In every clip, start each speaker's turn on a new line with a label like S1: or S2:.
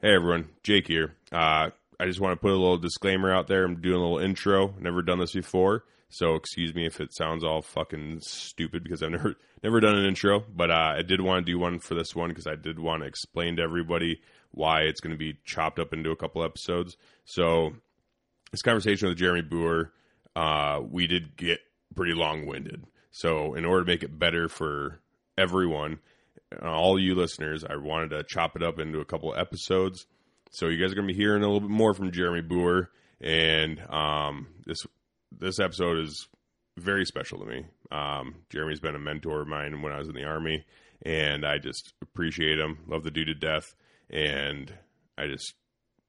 S1: Hey everyone, Jake here. Uh, I just want to put a little disclaimer out there. I'm doing a little intro. Never done this before, so excuse me if it sounds all fucking stupid because I've never never done an intro. But uh, I did want to do one for this one because I did want to explain to everybody why it's going to be chopped up into a couple episodes. So this conversation with Jeremy Boer, uh, we did get pretty long winded. So in order to make it better for everyone, and all you listeners, I wanted to chop it up into a couple episodes. So you guys are going to be hearing a little bit more from Jeremy Boer, and um, this this episode is very special to me. Um, Jeremy's been a mentor of mine when I was in the army, and I just appreciate him. Love the dude to death, and I just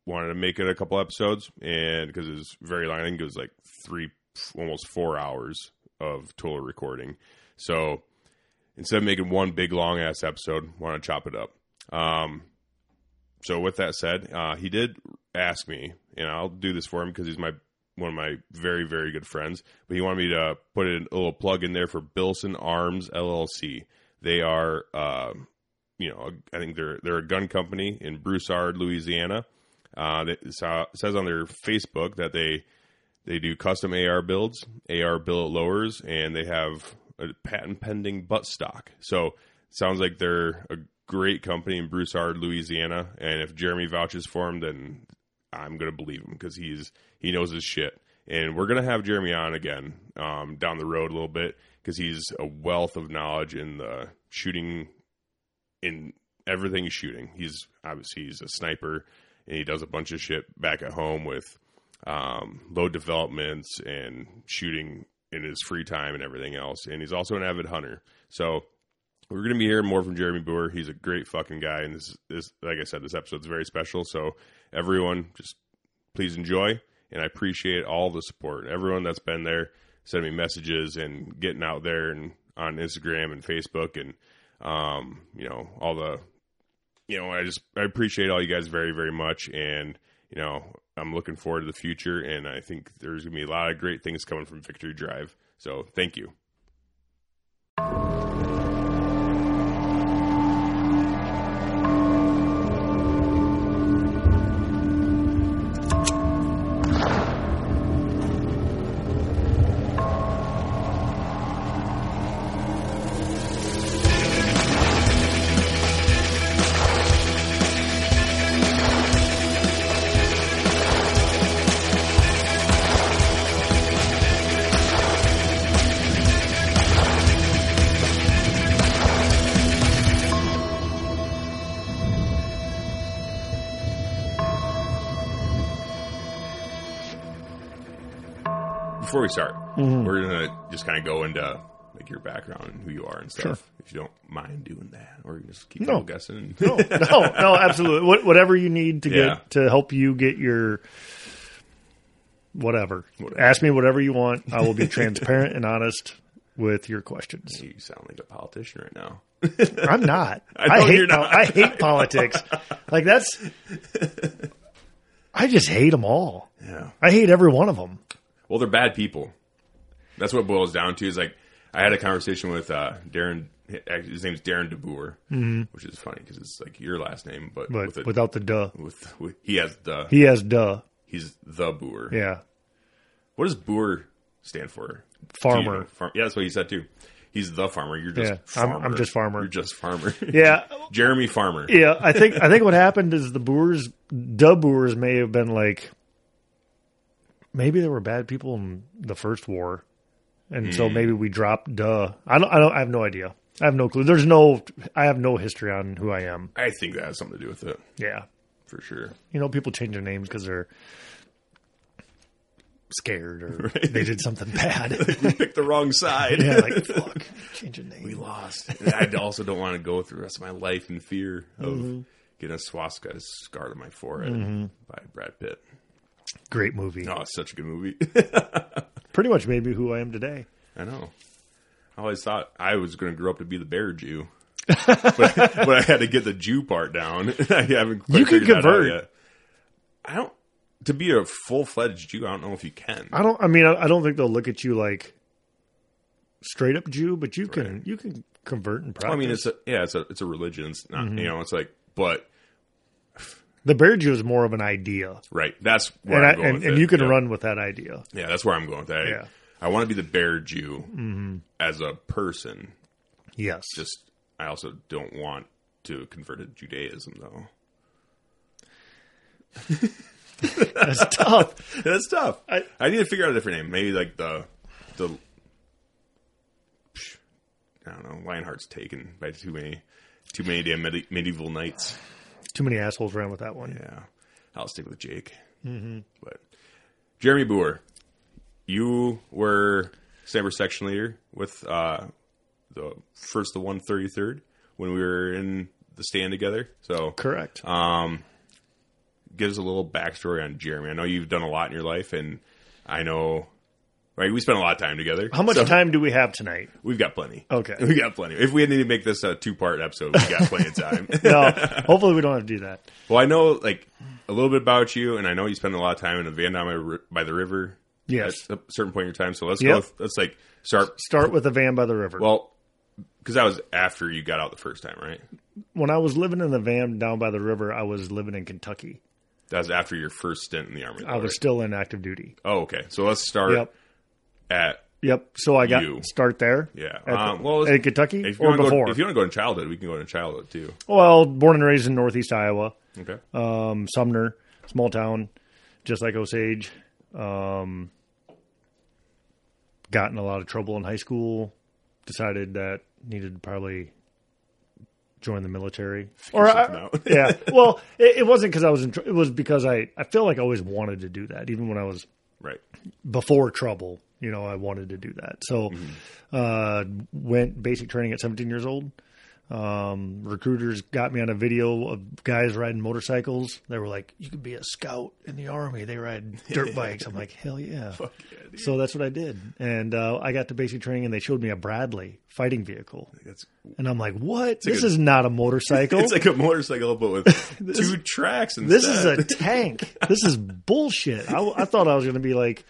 S1: wanted to make it a couple episodes, and because it was very long, I think it was like three, almost four hours of total recording. So instead of making one big long ass episode, want to chop it up. Um, so with that said, uh, he did ask me, and I'll do this for him because he's my one of my very very good friends. But he wanted me to put in a little plug in there for Bilson Arms LLC. They are, uh, you know, I think they're they're a gun company in Broussard, Louisiana. Uh, that sa- says on their Facebook that they they do custom AR builds, AR billet lowers, and they have a patent pending butt stock. So sounds like they're a great company in Broussard, Louisiana. And if Jeremy vouches for him, then I'm gonna believe him because he's he knows his shit. And we're gonna have Jeremy on again um, down the road a little bit because he's a wealth of knowledge in the shooting, in everything shooting. He's obviously he's a sniper and he does a bunch of shit back at home with um, load developments and shooting in his free time and everything else. And he's also an avid hunter. So we're going to be hearing more from Jeremy Boer. He's a great fucking guy. And this, this, like I said, this episode's very special. So everyone, just please enjoy. And I appreciate all the support. Everyone that's been there, sending me messages and getting out there and on Instagram and Facebook and, um, you know, all the, you know, I just, I appreciate all you guys very, very much. And, you know, I'm looking forward to the future, and I think there's going to be a lot of great things coming from Victory Drive. So thank you. Before we start,
S2: Mm-hmm.
S1: we're going to just kind of go into like your background and who you are and stuff. If you don't mind doing that, or you can just keep
S2: No.
S1: double guessing.
S2: no, no, no, absolutely. What, whatever you need to
S1: Yeah.
S2: get to help you get your whatever. Ask me whatever you want. I will be transparent and honest with your questions.
S1: you sound like a politician right now.
S2: I'm not.
S1: know
S2: I,
S1: you're
S2: hate
S1: not.
S2: pol- I hate politics. Like that's I just hate them all.
S1: Yeah.
S2: I hate every one of them.
S1: Well, they're bad people. That's what it boils down to. Is like I had a conversation with uh, Darren. Actually, his name's Darren DeBoer, which is funny because it's like your last name, but,
S2: Mm-hmm. But
S1: with, a,
S2: without the duh.
S1: with, with he has the
S2: He has duh.
S1: he's the Boer.
S2: Yeah.
S1: What does Boer stand for? Do you know?
S2: Farmer.
S1: Farm- yeah, that's what he said too. He's the farmer. You're just
S2: Yeah, I'm-
S1: farmer.
S2: I'm just farmer.
S1: You're just farmer.
S2: Yeah.
S1: Jeremy Farmer.
S2: Yeah, I think I think what happened is the Boers dub wars may have been like maybe there were bad people in the first war, and so maybe we dropped duh. I don't. I don't. I have no idea. I have no clue. There's no. I have no history on who I am.
S1: I think that has something to do with it
S2: Yeah,
S1: for sure.
S2: you know, people change their names because they're scared or they did something bad.
S1: We picked the wrong side.
S2: yeah, like fuck, change your name.
S1: we lost. And I also don't want to go through the rest of my life in fear of
S2: Mm-hmm.
S1: getting a swastika scar to my forehead by Brad Pitt.
S2: Great movie.
S1: Oh, it's such a good movie.
S2: Pretty much maybe who I am today.
S1: I know. I always thought I was going to grow up to be the bear Jew, but, but I had to get the Jew part down. I haven't. Quite
S2: You can
S1: figured that out
S2: convert.
S1: yet. I don't. To be a full fledged Jew, I don't know if you can.
S2: I don't. I mean, I, I don't think they'll look at you like straight up Jew, but you can you can convert and practice. Mm-hmm.
S1: I mean, it's a, yeah, it's a it's a religion. It's not you know. It's like, but
S2: the bear Jew is more of an idea,
S1: right. That's where
S2: and I,
S1: I'm going
S2: and,
S1: with
S2: and
S1: it.
S2: you can
S1: Yeah.
S2: run with that idea.
S1: Yeah, that's where I'm going with that.
S2: Yeah. Mm-hmm.
S1: I want to be the bear Jew as a person.
S2: Yes,
S1: Just I also don't want to convert to Judaism though.
S2: that's tough.
S1: That's tough. I,
S2: I-
S1: need to figure out a different name. Maybe like the the psh, I don't know. Lionheart's taken by too many too many damn medi- medieval knights.
S2: Too many assholes ran with that one.
S1: Yeah, I'll stick with Jake. Mm-hmm. But Jeremy Boer, you were Saber section leader with uh, the first the one thirty third when we were in the stand together. So
S2: Correct.
S1: Uh, give us a little backstory on Jeremy. I know you've done a lot in your life, and I know. Right, we spent a lot of time together.
S2: How much
S1: So
S2: time do we have tonight?
S1: We've got plenty.
S2: Okay.
S1: we got plenty. If we need to make this a two-part episode, we got plenty of time.
S2: No, hopefully we don't have to do that.
S1: Well, I know like a little bit about you, and I know you spend a lot of time in a van down by, ri- by the river.
S2: Yes.
S1: at a certain point in your time. So let's
S2: Yep.
S1: go. Let's like start.
S2: Start with a van by the river.
S1: Well, because that was after you got out the first time, right?
S2: when I was living in the van down by the river, I was living in Kentucky.
S1: That was after your first stint in the army.
S2: I was still in active duty.
S1: Oh, okay. So let's start
S2: Yep.
S1: at
S2: Yep. So I got
S1: You.
S2: start there.
S1: yeah.
S2: At,
S1: Um, well,
S2: in Kentucky
S1: if you
S2: or
S1: want to
S2: before.
S1: go, if you want to go in childhood, we can go in childhood too.
S2: well, born and raised in Northeast Iowa,
S1: Okay.
S2: um, Sumner, small town, just like Osage. Um, got in a lot of trouble in high school. Decided that needed to probably join the military. Or
S1: something
S2: I-
S1: out.
S2: yeah. Well, it, it wasn't because I was in. tr- It was because I I feel like I always wanted to do that, even when I was
S1: right.
S2: before trouble you know i wanted to do that so
S1: Mm-hmm.
S2: uh went basic training at 17 years old um recruiters got me on a video of guys riding motorcycles they were like you could be a scout in the army they ride dirt bikes i'm like hell yeah so that's what i did and uh i got to basic training and they showed me a bradley fighting vehicle
S1: That's
S2: and i'm like what this
S1: a-
S2: is not a motorcycle
S1: it's like a motorcycle, but with two tracks. Instead.
S2: this is a tank. This is bullshit. I, I thought I was going to be like,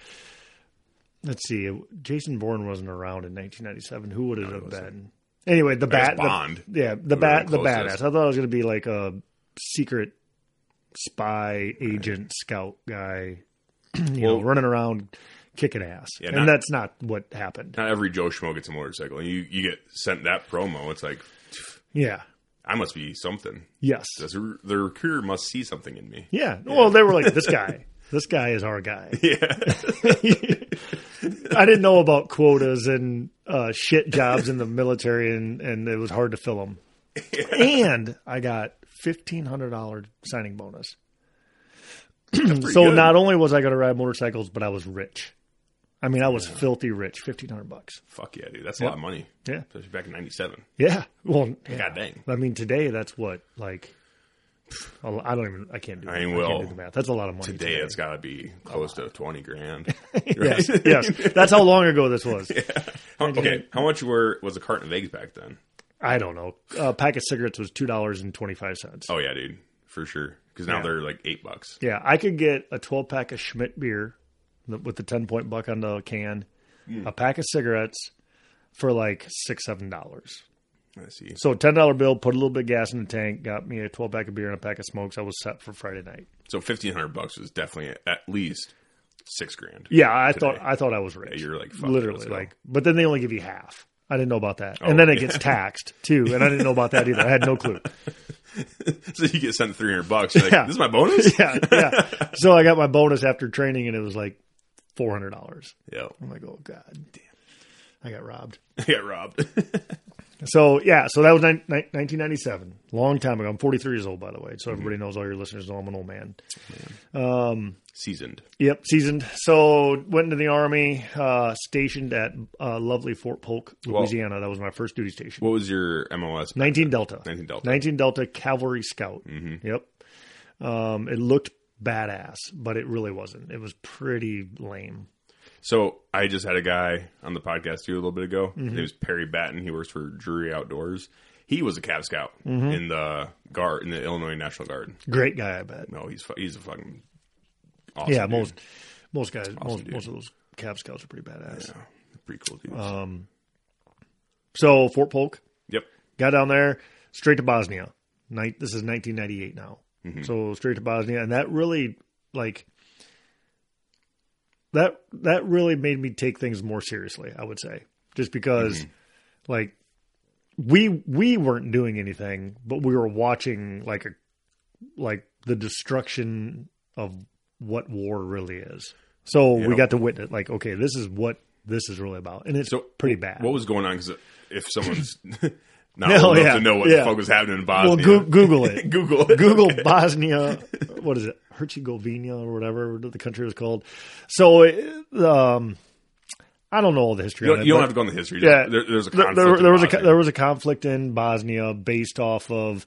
S2: let's see, Jason Bourne wasn't around in 1997. Who would it have been? Anyway, the
S1: guess
S2: bat, the-
S1: Bond.
S2: yeah, the
S1: Would've been
S2: bat, the badass. I
S1: closest.
S2: thought I was going to be like a secret spy agent scout guy, you know,
S1: Well-
S2: running around kicking ass,
S1: Yeah,
S2: and
S1: not-
S2: that's not what happened.
S1: Not every Joe Schmo gets a motorcycle. You you get sent that promo. It's like
S2: Yeah.
S1: I must be something.
S2: Yes.
S1: Does the the recruiter must see something in me?
S2: Yeah. Well, they were like, this guy, this guy is our guy.
S1: Yeah.
S2: I didn't know about quotas and uh, shit jobs in the military, and, and it was hard to fill them. And I got fifteen hundred dollar signing bonus. So
S1: good.
S2: not only was I going to ride motorcycles, but I was rich. I mean, I was filthy rich, fifteen hundred bucks.
S1: Fuck yeah, dude. That's a lot of money.
S2: Yeah,
S1: Especially back in '97.
S2: yeah. Well, yeah.
S1: God dang.
S2: I mean, today that's what like. I don't even. I can't do.
S1: I
S2: that.
S1: will.
S2: can't do the math. That's a lot of money.
S1: Today,
S2: today.
S1: it's got to be close to twenty grand.
S2: yes, yes. That's how long ago this was.
S1: How- okay, how much were was a carton of eggs back then?
S2: I don't know. A pack of cigarettes was two dollars and twenty five cents.
S1: Oh yeah, dude, for sure. Because now
S2: Yeah.
S1: they're like eight bucks.
S2: Yeah, I could get a twelve pack of Schmidt beer th- with the ten point buck on the can,
S1: Mm.
S2: a pack of cigarettes for like six seven dollars.
S1: I see.
S2: So ten dollar bill, put a little bit of gas in the tank, got me a twelve pack of beer and a pack of smokes. I was set for Friday night.
S1: So fifteen hundred bucks was definitely at least six grand.
S2: Yeah, I thought I thought I was rich.
S1: Yeah, you're like, fuck it,
S2: literally
S1: let's go. Oh.
S2: like, but then they only give you half. I didn't know about that, and then it gets taxed too, and I didn't know about that either. I had no clue.
S1: so you get sent 300 bucks. You're like,
S2: Yeah.
S1: This is my bonus?
S2: yeah, yeah. So I got my bonus after training, and it was like four hundred dollars.
S1: Yeah.
S2: I'm like, oh god, damn, I got robbed.
S1: I got robbed.
S2: So yeah, so that was nine- nine- 1997, long time ago. I'm 43 years old, by the way, so
S1: Mm-hmm.
S2: everybody knows all your listeners know I'm an old man.
S1: Seasoned.
S2: Yep, seasoned. So went into the army, uh, stationed at uh, lovely Fort Polk,
S1: Well-
S2: Louisiana. that was my first duty station.
S1: What was your MOS?
S2: 19 Delta.
S1: 19 Delta. Mm-hmm.
S2: 19 Delta Cavalry Scout. Yep. Um, it looked badass, but it really wasn't. It was pretty lame.
S1: So I just had a guy on the podcast too a little bit ago.
S2: Mm-hmm.
S1: His name is Perry Batten. He works for Drury Outdoors. He was a Cab Scout
S2: Mm-hmm.
S1: in the guard in the Illinois National Guard.
S2: Great guy, I bet.
S1: No, he's fu- he's a fucking awesome.
S2: yeah,
S1: dude.
S2: most most guys, most,
S1: dude.
S2: most of those Cab Scouts are pretty badass.
S1: Yeah, Oh, pretty cool dudes.
S2: Uh, So Fort Polk,
S1: yep.
S2: got down there straight to bosnia Nin- this is 1998 now
S1: Mm-hmm.
S2: so straight to bosnia and that really like that that really made me take things more seriously i would say just because
S1: Mm-hmm.
S2: like we we weren't doing anything but we were watching like a like the destruction of what war really is so we
S1: Yeah.
S2: got to witness like okay this is what this is really about and it's
S1: So
S2: pretty bad
S1: What was going on? Because if someone's not
S2: No,
S1: old enough
S2: yeah,
S1: to know what
S2: yeah.
S1: the fuck was happening in
S2: well
S1: Bosnia,
S2: goo google it
S1: Google it.
S2: Google Bosnia, what is it, Herzegovina or whatever the country was called. So, it- um, I don't know all the history.
S1: You
S2: on
S1: don't,
S2: it,
S1: you don't
S2: but
S1: have to go in the history.
S2: Yeah.
S1: there, there's a
S2: there-
S1: conflict.
S2: there,
S1: in
S2: there was a
S1: Bosnia.
S2: there was a conflict in Bosnia based off of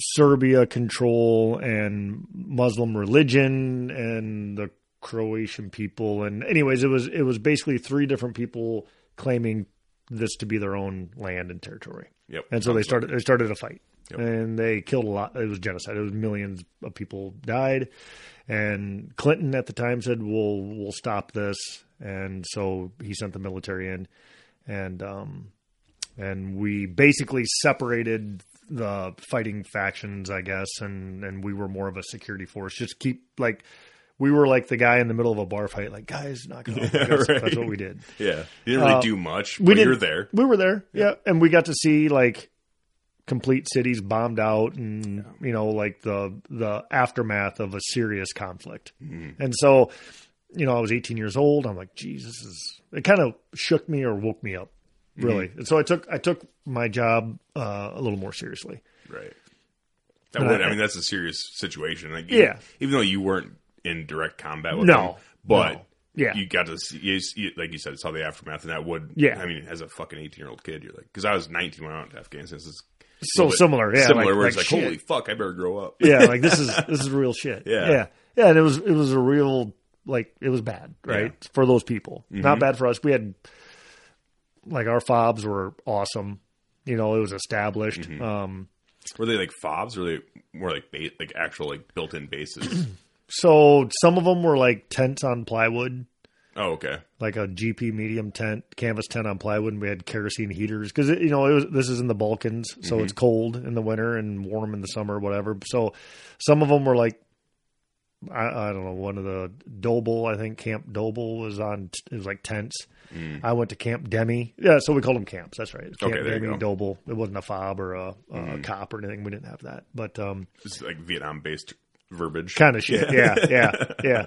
S2: Serbia control and Muslim religion and the Croatian people. And anyways, it was it was basically three different people claiming this to be their own land and territory.
S1: Yep.
S2: And so they
S1: Sounds
S2: started they started a fight.
S1: Yep.
S2: And they killed a lot. It was genocide. It was millions of people died. And Clinton at the time said, "We'll we'll stop this." And so he sent the military in, and um, and we basically separated the fighting factions, I guess, and and we were more of a security force. Just keep like we were like the guy in the middle of a bar fight, like guys, knock it off. That's-
S1: right.
S2: That's what we did
S1: like- yeah. You didn't really do much. We but
S2: didn't-
S1: you're there.
S2: Uh, we were there yeah. and we got to see like complete cities bombed out and you know like the the aftermath of a serious conflict and so you know i was 18 years old i'm like jesus is it kind of shook me or woke me up really and so i took i took my job uh, a little more seriously
S1: Right. That would,
S2: I-
S1: I, mean, that's a serious situation. Like,
S2: Yeah.
S1: Even though you weren't in direct combat with
S2: No.
S1: them, but
S2: No. Yeah.
S1: you got to see, you, you, like you said, saw the aftermath, and that would,
S2: Yeah.
S1: I mean, as a fucking eighteen year old kid, you're like, because I was nineteen when I went to Afghanistan. This is
S2: so
S1: bit
S2: similar yeah
S1: similar.
S2: like,
S1: where
S2: like,
S1: it's like,
S2: shit.
S1: holy fuck, I better grow up.
S2: yeah like this is this is real shit
S1: Yeah.
S2: yeah yeah and it was it was a real like it was bad right for those people not bad for us we had like our fobs were awesome you know it was established um
S1: Were they like fobs? Or were they more like ba- like actual like built in bases?
S2: so some of them were like tents on plywood
S1: oh, okay.
S2: like a GP medium tent, canvas tent on plywood, and we had kerosene heaters because you know it was, this is in the Balkans, so
S1: Mm-hmm.
S2: it's cold in the winter and warm in the summer, whatever. So some of them were like, I, I don't know, one of the Doble, I think Camp Doble was on. It was like tents. I went to Camp Demi, yeah. So we called them camps. That's right, Camp
S1: Mm. Okay, there you
S2: Demi,
S1: go. Mm-hmm.
S2: Doble. It wasn't a fob or a, a cop or anything. We didn't have that, but um,
S1: It's like Vietnam based verbiage.
S2: kind of shit. Yeah, yeah, yeah.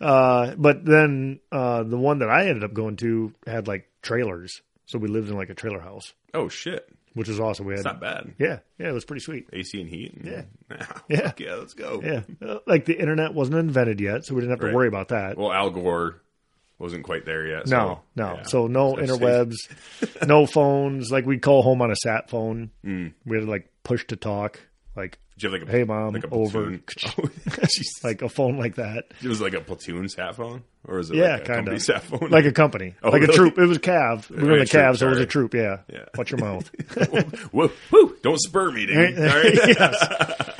S2: Uh, but then uh, the one that I ended up going to had like trailers, so we lived in like a trailer house,
S1: oh shit,
S2: which was awesome. We had
S1: it's not bad.
S2: yeah, yeah, it was pretty sweet.
S1: AC and heat. And,
S2: Yeah. Yeah.
S1: yeah. Fuck yeah. Let's go.
S2: Yeah, Uh, like the internet wasn't invented yet, so we didn't have to
S1: Right.
S2: worry about that.
S1: Well, Al Gore wasn't quite there yet. So,
S2: no, no.
S1: yeah.
S2: So no
S1: That's
S2: interwebs, no phones. Like we'd call home on a sat phone.
S1: Mm.
S2: We had to like push to talk, like
S1: Did you have like a,
S2: hey mom,
S1: like a platoon?
S2: over,
S1: Oh, jeez.
S2: like a phone like that,
S1: it was like a platoon sat phone, or is it
S2: Yeah,
S1: like a
S2: kinda.
S1: company sat phone?
S2: like a company, like a
S1: Oh, really?
S2: troop. It was Cav. We were in
S1: a
S2: the Cavs,
S1: troop,
S2: so it was a
S1: sorry.
S2: troop. Yeah,
S1: Yeah.
S2: watch your mouth.
S1: whoa, whoa, don't spur me, dude. All right?
S2: yes.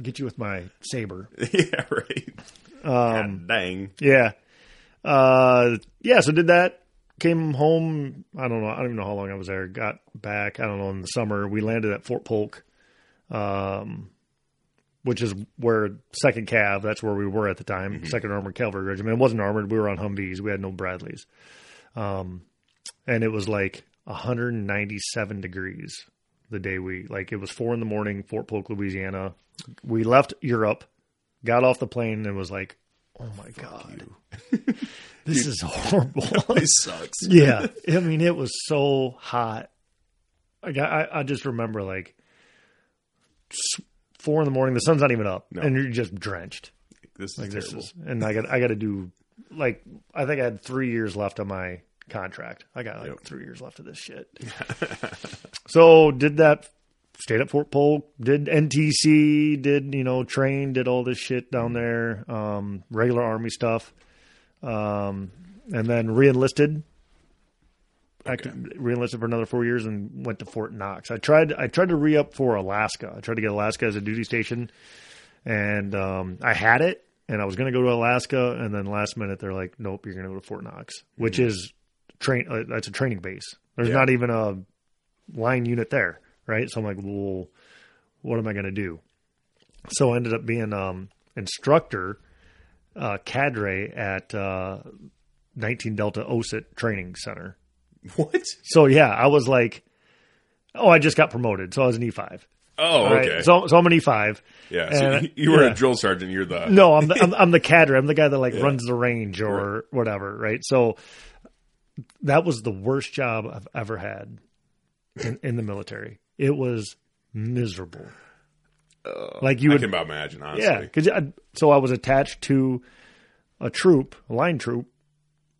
S2: Get you with my saber.
S1: yeah, right.
S2: Um,
S1: God dang.
S2: Yeah. Uh, yeah, so did that. Came home, I don't know, I don't even know how long I was there. Got back, I don't know, in the summer. We landed at Fort Polk, um, which is where 2nd Cav, that's where we were at the time, 2nd Armored Cavalry Regiment. It wasn't armored. We were on Humvees. We had no Bradleys. Um, and it was like 197 degrees the day we like it was four in the morning, Fort Polk, Louisiana. We left Europe, got off the plane, and was like, "Oh my god, this is horrible."
S3: This sucks.
S2: yeah, I mean, it was so hot. Like, I I just remember like s- four in the morning, the sun's not even up, and you're just drenched.
S1: This is
S2: Like this
S1: terrible.
S2: is, and I got I got to do like I think I had three years left on my contract. I got like
S1: Yep.
S2: three years left of this shit. so did that. Stayed at Fort Polk, did NTC, did you know train, did all this shit
S1: Mm-hmm.
S2: down there, um, regular army stuff, um, and then reenlisted. Active, reenlisted for another four years and went to Fort Knox. I tried. I tried to re up for Alaska. I tried to get Alaska as a duty station, and um, I had it, and I was going to go to Alaska, and then last minute they're like, "Nope, you're going to go to Fort Knox," which is train. Uh, that's a training base. There's not even a line unit there, right? So I'm like, "Well, what am I going to do?" So I ended up being um, instructor uh, cadre at uh, 19 Delta OSIT Training Center.
S1: What?
S2: So yeah, I was like, oh, I just got promoted, so I was an E five.
S1: Oh, okay.
S2: So so I'm an E five.
S1: yeah. So
S2: and-
S1: you, you were
S2: yeah.
S1: a drill sergeant. You're the
S2: No, I'm the, I'm, I'm the cadre. I'm the guy that like runs the range or whatever, right? So that was the worst job I've ever had in, in the military. It was miserable. like you
S1: I
S2: would
S1: can about imagine, honestly.
S2: Yeah, because so I was attached to a troop, a line troop,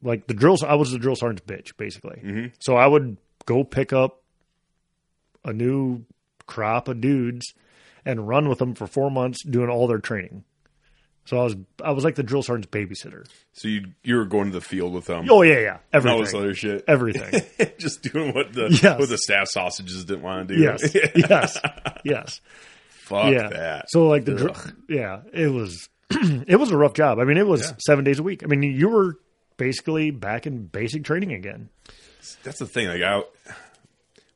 S2: like the drill. I was the drill sergeant's bitch, basically. So I would go pick up a new crop of dudes and run with them for four months, doing all their training. So I was I was like the drill sergeant's babysitter.
S1: So you you were going to the field with them.
S2: Oh yeah, yeah,
S1: and all this
S2: everything,
S1: other shit.
S2: everything.
S1: Just doing what the
S2: Yes.
S1: what the staff sausages didn't want to do.
S2: yes, yes, yes.
S1: Fuck
S2: yeah.
S1: that.
S2: So like the dr- yeah, it was it was a rough job. I mean, it was seven days a week. I mean, you were basically back in basic training again.
S1: That's the thing. Like I,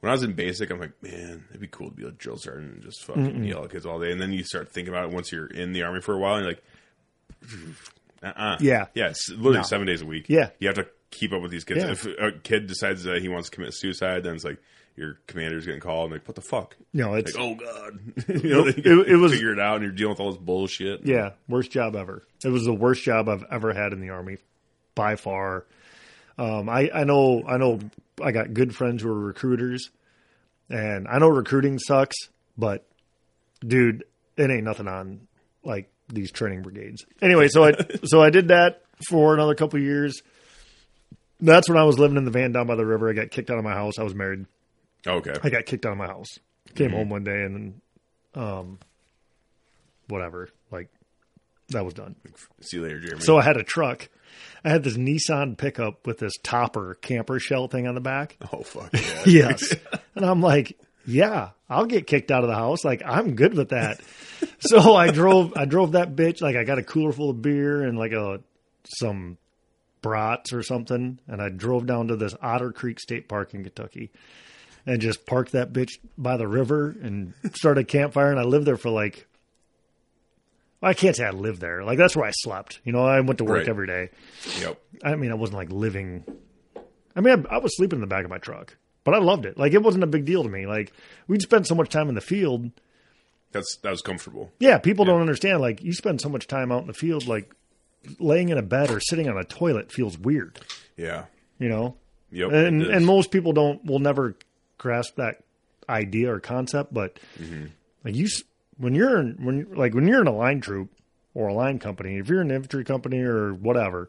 S1: when I was in basic, I'm like, man, it'd be cool to be a drill sergeant and just fucking yell at kids all day. And then you start thinking about it once you're in the army for a while, and you're like, uh-uh.
S2: Yeah.
S1: yeah, it's literally seven days a week.
S2: Yeah.
S1: you have to keep up with these kids.
S2: Yeah.
S1: If a kid decides that he wants to commit suicide, then it's like your commander's getting called and like, what the fuck?
S2: You know, it's
S1: Like, oh god, you know,
S2: It- it was-
S1: figure it out, and you're dealing with all this bullshit.
S2: yeah, worst job ever. It was the worst job I've ever had in the army by far. Um, I I know I know I got good friends who are recruiters, and I know recruiting sucks, but dude, it ain't nothing on like these training brigades. Anyway, so I so I did that for another couple of years. That's when I was living in the van down by the river. I got kicked out of my house. I was married.
S1: Okay.
S2: I got kicked out of my house. Came home one day and um whatever. Like that was done.
S1: See you later, Jeremy.
S2: So I had a truck. I had this Nissan pickup with this topper camper shell thing on the back.
S1: oh fuck. Yeah.
S2: Yes. and I'm like, yeah, I'll get kicked out of the house. Like I'm good with that. so I drove I drove that bitch like I got a cooler full of beer and like a some brats or something and I drove down to this Otter Creek State Park in Kentucky and just parked that bitch by the river and started a campfire and I lived there for like I can't say I lived there. Like that's where I slept. You know, I went to work
S1: Right.
S2: every day.
S1: Yep.
S2: I mean, I wasn't like living. I mean, I, I was sleeping in the back of my truck, but I loved it. Like, it wasn't a big deal to me. Like, we'd spend so much time in the field.
S1: That's that was comfortable.
S2: Yeah, people don't understand. Like, you spend so much time out in the field, like, laying in a bed or sitting on a toilet feels weird,
S1: Yeah.
S2: you know?
S1: Yep.
S2: And,
S1: it is.
S2: and most people don't, will never grasp that idea or concept, but
S1: Mm-hmm.
S2: like, you, s- when you're in, when, like, when you're in a line troop or a line company, if you're in an infantry company or whatever,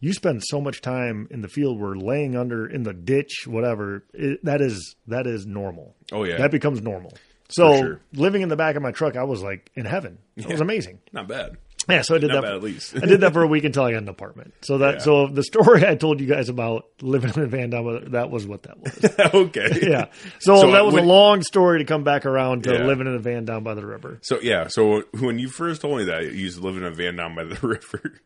S2: you spend so much time in the field where laying under in the ditch whatever it, that is that is normal
S1: Oh, yeah.
S2: that becomes normal so
S1: sure.
S2: living in the back of my truck i was like in heaven it was amazing
S1: not bad.
S2: yeah so i did
S1: Not
S2: that
S1: bad at least.
S2: i did that for a week until i got an apartment so that
S1: Yeah.
S2: so the story i told you guys about living in a van down by the- that was what that was
S1: okay.
S2: yeah so,
S1: So,
S2: that
S1: uh,
S2: was
S1: when-
S2: a long story to come back around to
S1: Yeah.
S2: living in a van down by the river
S1: So yeah. So when you first told me that you used to live in a van down by the river,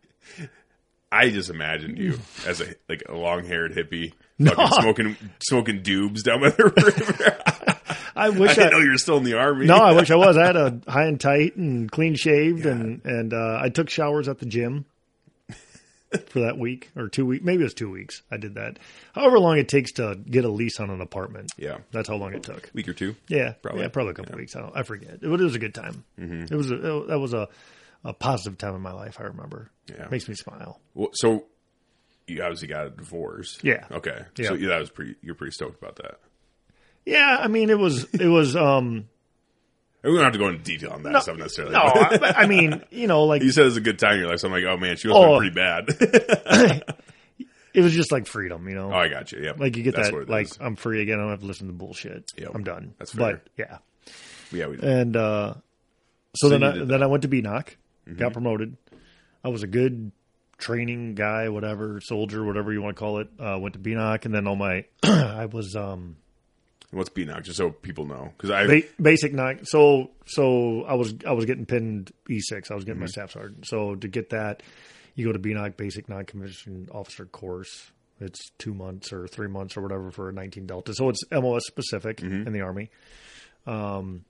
S1: I just imagined you as a like a long haired hippie, fucking smoking smoking dubs down by the river.
S2: i
S1: I
S2: wish i,
S1: didn't know you were still in the army.
S2: No, I wish I was. I had a high and tight and clean shaved, and and uh, I took showers at the gym. for that week or two weeks. Maybe it was two weeks. I did that. However long it takes to get a lease on an apartment.
S1: Yeah.
S2: That's how long it took.
S1: Week or two.
S2: Yeah,
S1: Probably. Mm-hmm.
S2: probably, yeah, probably a couple weeks. I don't, I forget. But it was a good time. It was a, it- that was a, a positive time in my life. I remember.
S1: Yeah.
S2: makes me smile.
S1: Well, so you obviously got a divorce.
S2: Yeah.
S1: Okay.
S2: Yeah.
S1: So yeah, that was pretty. You're pretty stoked about that.
S2: Yeah, I mean, it was it was. um
S1: And we don't have to go into detail on that stuff necessarily.
S2: No, I, but I mean, you know, like
S1: you said it's a good time in your life. So I'm like, oh man, she was been
S2: Oh.
S1: pretty bad.
S2: it was just like freedom. You know,
S1: oh, I got you. Yeah.
S2: like you get
S1: That's what it
S2: that. Like
S1: is.
S2: I'm free again. I don't have to listen to bullshit.
S1: Yep.
S2: I'm done.
S1: That's fair.
S2: But yeah,
S1: yeah. We,
S2: and uh, so, then
S1: you
S2: I,
S1: did Mm-hmm.
S2: then I went to B knock, got promoted. I was a good training guy, whatever soldier, whatever you want to call it. Uh, went to B knock, and then all my I was um
S1: what's B knock? Just so people know, because I
S2: ba- basic knock. So so I was I was getting pinned E six. I was getting my staff sergeant. So to get that, you go to B knock basic non commissioned officer course. It's two months or three months or whatever for a 19 Delta. So it's MOS specific in the Army. Um,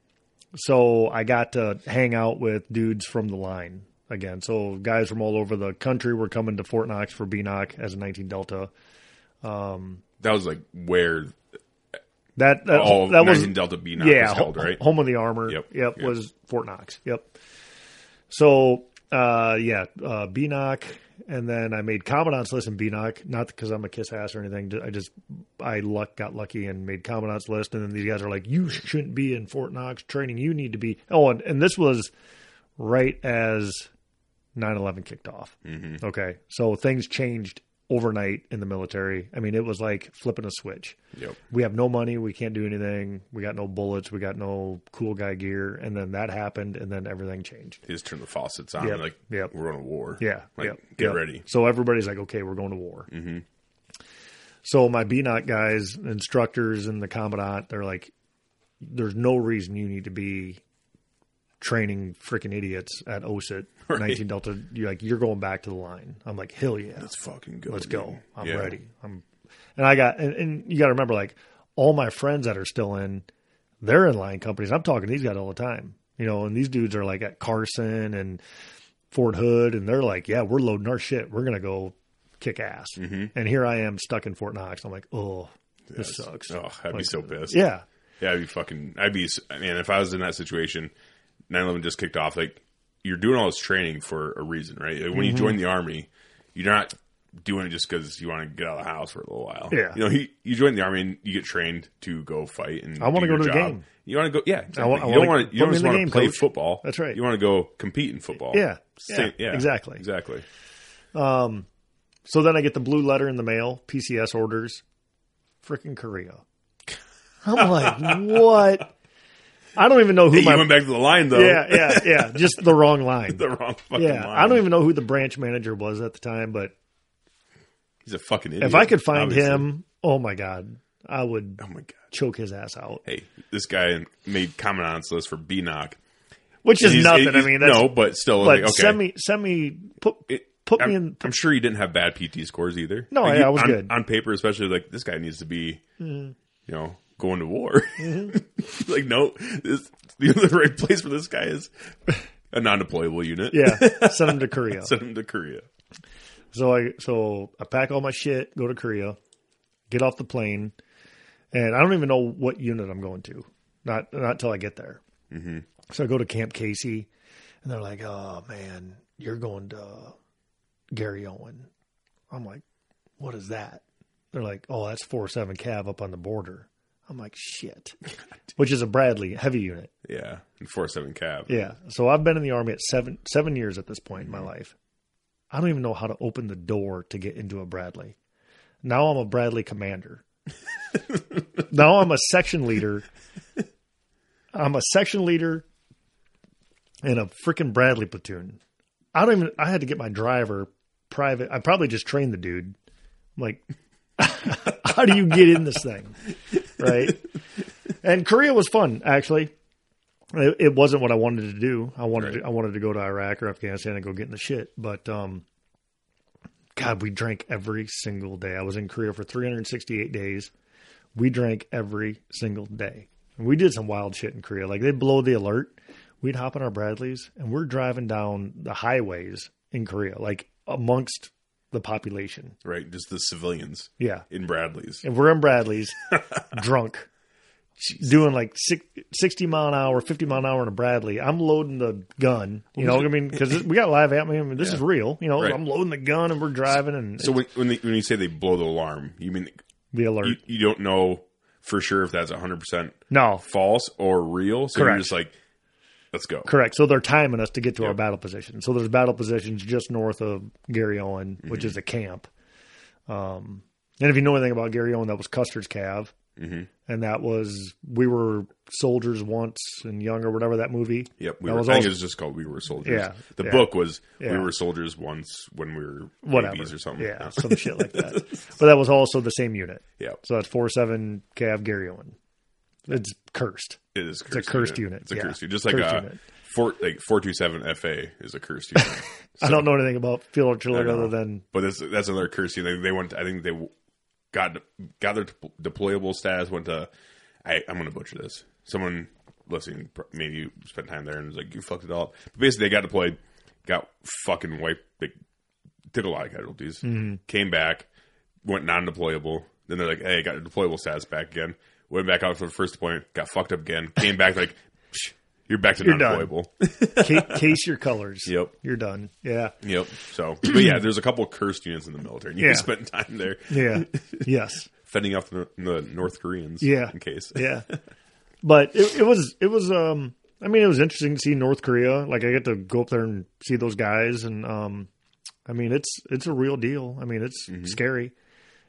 S2: so I got to hang out with dudes from the line again. So guys from all over the country were coming to Fort Knox for B knock as a 19 Delta.
S1: that was like where
S2: That that,
S1: all
S2: that
S1: 19
S2: was
S1: Delta B knock
S2: yeah,
S1: was held,
S2: ho-
S1: right?
S2: Home of the Armor.
S1: Yep,
S2: Yep.
S1: yep.
S2: Was Fort Knox. Yep. So uh, yeah, uh, BNOC, and then I made commandant's list in BNOC. Not because I'm a kiss ass or anything. ju- I just I luck got lucky and made commandant's list. And then these guys are like, you shouldn't be in Fort Knox training. You need to be. Oh, and, and this was right as 9-11 kicked off.
S1: Mm-hmm.
S2: Okay, so things changed overnight in the military. I mean, it was like flipping a switch
S1: Yep.
S2: we have no money, we can't do anything, we got no bullets, we got no cool guy gear, and then that happened, and then everything changed.
S1: They just turn the faucets on.
S2: Yep,
S1: and Like
S2: yep.
S1: we're on a war.
S2: Yeah,
S1: Like
S2: yep,
S1: get
S2: yep.
S1: ready.
S2: So everybody's like, okay, we're going to war. Mm-hmm. So my BNOC guys, instructors, and the commandant, they're like, there's no reason you need to be training freaking idiots at OSIT 19 Delta. You're like, you're going back to the line. I'm like, hell yeah,
S1: Let's fucking go.
S2: let's
S1: dude.
S2: go. I'm
S1: Yeah.
S2: ready. I'm, and I got, and, and you got to remember, like all my friends that are still in, they're in line companies. I'm talking to these guys all the time, you know, and these dudes are like at Carson and Fort Hood, and they're like, yeah, we're loading our shit. We're gonna go kick ass.
S1: Mm-hmm.
S2: And here I am stuck in Fort Knox. I'm like, oh, this sucks.
S1: Oh, I'd be so pissed.
S2: Yeah,
S1: Yeah, I'd be fucking. I'd be. Man, if I was in that situation, 9/11 just kicked off. Like you're doing all this training for a reason, right? Like, when you join
S2: Mm-hmm.
S1: the army, you're not doing it just because you want to get out of the house for a little while.
S2: Yeah.
S1: you know, he, you join the army and you get trained to go fight. And I
S2: wanna go to the game.
S1: You want to go? Yeah, exactly.
S2: wa- I
S1: you don't
S2: wanna-
S1: want to. You
S2: put
S1: don't
S2: me
S1: just
S2: in the
S1: want to
S2: game,
S1: play
S2: coach.
S1: football.
S2: That's right.
S1: You want to go compete in football.
S2: Yeah.
S1: Same-
S2: Yeah,
S1: yeah,
S2: exactly.
S1: exactly.
S2: So then I get the blue letter in the mail, PCS orders, freaking Korea. I'm like, what? I don't even know who
S1: Hey,
S2: my
S1: you went back to the line though.
S2: yeah, yeah, yeah. Just the wrong line.
S1: the wrong fucking
S2: yeah,
S1: line.
S2: I don't even know who the branch manager was at the time, but
S1: He's a fucking idiot.
S2: if I could find
S1: obviously.
S2: him, oh my god, I would
S1: oh my god.
S2: choke his ass out.
S1: Hey, this guy made commandant's list for B knock.
S2: Which is
S1: He's-
S2: nothing. I
S1: he's-
S2: mean, that's,
S1: no, but still,
S2: but
S1: like, okay.
S2: send me, send me, put put
S1: I'm,
S2: me in.
S1: I'm sure you didn't have bad PT scores either.
S2: No,
S1: Like,
S2: yeah,
S1: you-
S2: I was
S1: on,
S2: good. Mm-hmm.
S1: on paper, especially. Like this guy needs to be, you know, going to war. like, no, this, the the right place for this guy is a non-deployable unit.
S2: yeah, send him to Korea.
S1: send him to Korea.
S2: So I so I pack all my shit, go to Korea, get off the plane, and I don't even know what unit I'm going to. Not not till I get there. Mm-hmm. So I go to Camp Casey, and they're like, "Oh man, you're going to Gary Owen." I'm like, "What is that?" They're like, "Oh, that's four seven Cav up on the border." I'm like, "Shit," which is a Bradley heavy unit.
S1: Yeah, and four seven cab.
S2: Yeah. So I've been in the army at seven seven years at this point in my life. I don't even know how to open the door to get into a Bradley. Now I'm a Bradley commander. now I'm a section leader. I'm a section leader in a freaking Bradley platoon. I don't even I had to get my driver private. I probably just trained the dude. I'm like how do you get in this thing? Right? And Korea was fun actually it, it wasn't what I wanted to do. I wanted to, I wanted to go to Iraq or Afghanistan and go get in the shit. But um, God, we drank every single day. I was in Korea for 368 days. We drank every single day. And we did some wild shit in Korea. Like they'd blow the alert. We'd hop in our Bradleys and we're driving down the highways in Korea, like amongst the population.
S1: right? Just the civilians
S2: Yeah.
S1: in Bradley's.
S2: And we're in Bradley's, drunk, doing like six, 60 mile an hour, 50 mile an hour in a Bradley. I'm loading the gun, you know, I mean, because we got live at me. I mean, this is real. You know,
S1: Right.
S2: I'm loading the gun and we're driving and
S1: So when when, they, when you say they blow the alarm, you mean
S2: the alert.
S1: you, you don't know for sure if that's hundred percent
S2: no,
S1: false or real. So you're
S2: Correct.
S1: just like, let's go.
S2: correct. So they're timing us to get to our battle position. So there's battle positions just north of Gary Owen,
S1: Mm-hmm.
S2: which is a camp. Um, and if you know anything about Gary Owen, that was Custer's Cav.
S1: hmm
S2: And that was, we were soldiers once and young or whatever that movie.
S1: Yep. We
S2: That
S1: were,
S2: was
S1: I think
S2: also-
S1: it was just called "We Were Soldiers."
S2: Yeah,
S1: The
S2: yeah.
S1: book was "We
S2: Yeah.
S1: Were Soldiers Once When We Were
S2: whatever
S1: Babies" or something.
S2: Yeah, some shit like that. But that was also the same unit.
S1: Yeah.
S2: So that's four seven Cav Gary Owen. It's cursed.
S1: It is cursed
S2: a cursed unit,
S1: It's a
S2: yeah.
S1: cursed unit. Just like
S2: Cursed
S1: uh
S2: unit.
S1: four like four two seven FA is a cursed unit.
S2: I don't know anything about field artillery
S1: I know.
S2: other than
S1: but that's that's another cursed unit. They, they went. I think they got got their depl- deployable status. Went to. I, I'm going to butcher this. Someone listening pr- maybe you spent time there and was like, "You fucked it all up." But basically, they got deployed, got fucking wiped. They did a lot of casualties.
S2: Mm-hmm.
S1: Came back, went non-deployable. Then they're like, "Hey, got your deployable status back again." Went back out for the first deployment, got fucked up again. Came back like, "Psh, "You're back to
S2: You're done."
S1: non-deployable."
S2: ca- case your colors.
S1: Yep.
S2: You're done. Yeah.
S1: Yep. So, but yeah, there's a couple cursed units in the military. And you
S2: Yeah.
S1: spend time there
S2: Yeah. yes.
S1: fending off the, the North Koreans.
S2: Yeah.
S1: In case.
S2: Yeah. But it, it was it was um I mean it was interesting to see North Korea. Like I get to go up there and see those guys and um I mean it's it's a real deal. I mean it's
S1: Mm-hmm.
S2: scary.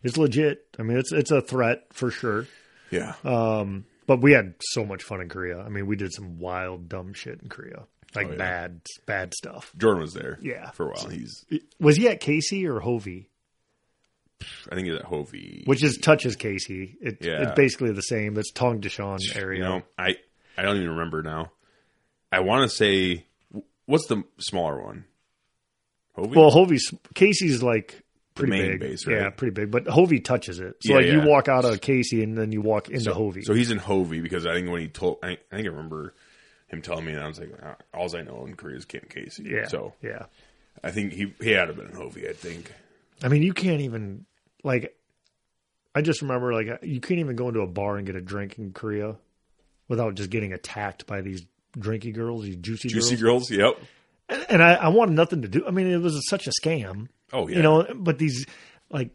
S2: It's legit. I mean it's it's a threat for sure.
S1: Yeah.
S2: Um, but we had so much fun in Korea. I mean, we did some wild, dumb shit in Korea, like
S1: Oh, yeah.
S2: bad, bad stuff.
S1: Jordan was there.
S2: Yeah.
S1: For a while. He's,
S2: Was he at Casey or Hovey?
S1: I think he's at Hovey.
S2: Which is touches Casey. It,
S1: Yeah.
S2: It's basically the same. It's Tong Deshawn
S1: you
S2: area.
S1: know, I, I don't even remember now. I want to say, what's the smaller one? Hovey?
S2: well, Hovey's Casey's like pretty
S1: main
S2: big.
S1: base,
S2: Yeah,
S1: right?
S2: pretty big. But Hovey touches it. So
S1: Yeah,
S2: like
S1: yeah.
S2: you walk out of Casey and then you walk into Hovey.
S1: so he's in Hovey because I think when he told, I, I think I remember him telling me, and I was like, ah, all I know in Korea is Camp Casey.
S2: yeah.
S1: So
S2: yeah.
S1: I think he, he had to have been in Hovey, I think.
S2: I mean, you can't even like. I just remember like you can't even go into a bar and get a drink in Korea without just getting attacked by these drinky girls, these juicy,
S1: Juicy
S2: girls.
S1: Girls? Yep.
S2: And- And I, I wanted nothing to do. I mean, it was such a scam,
S1: Oh, yeah.
S2: you know. But these like.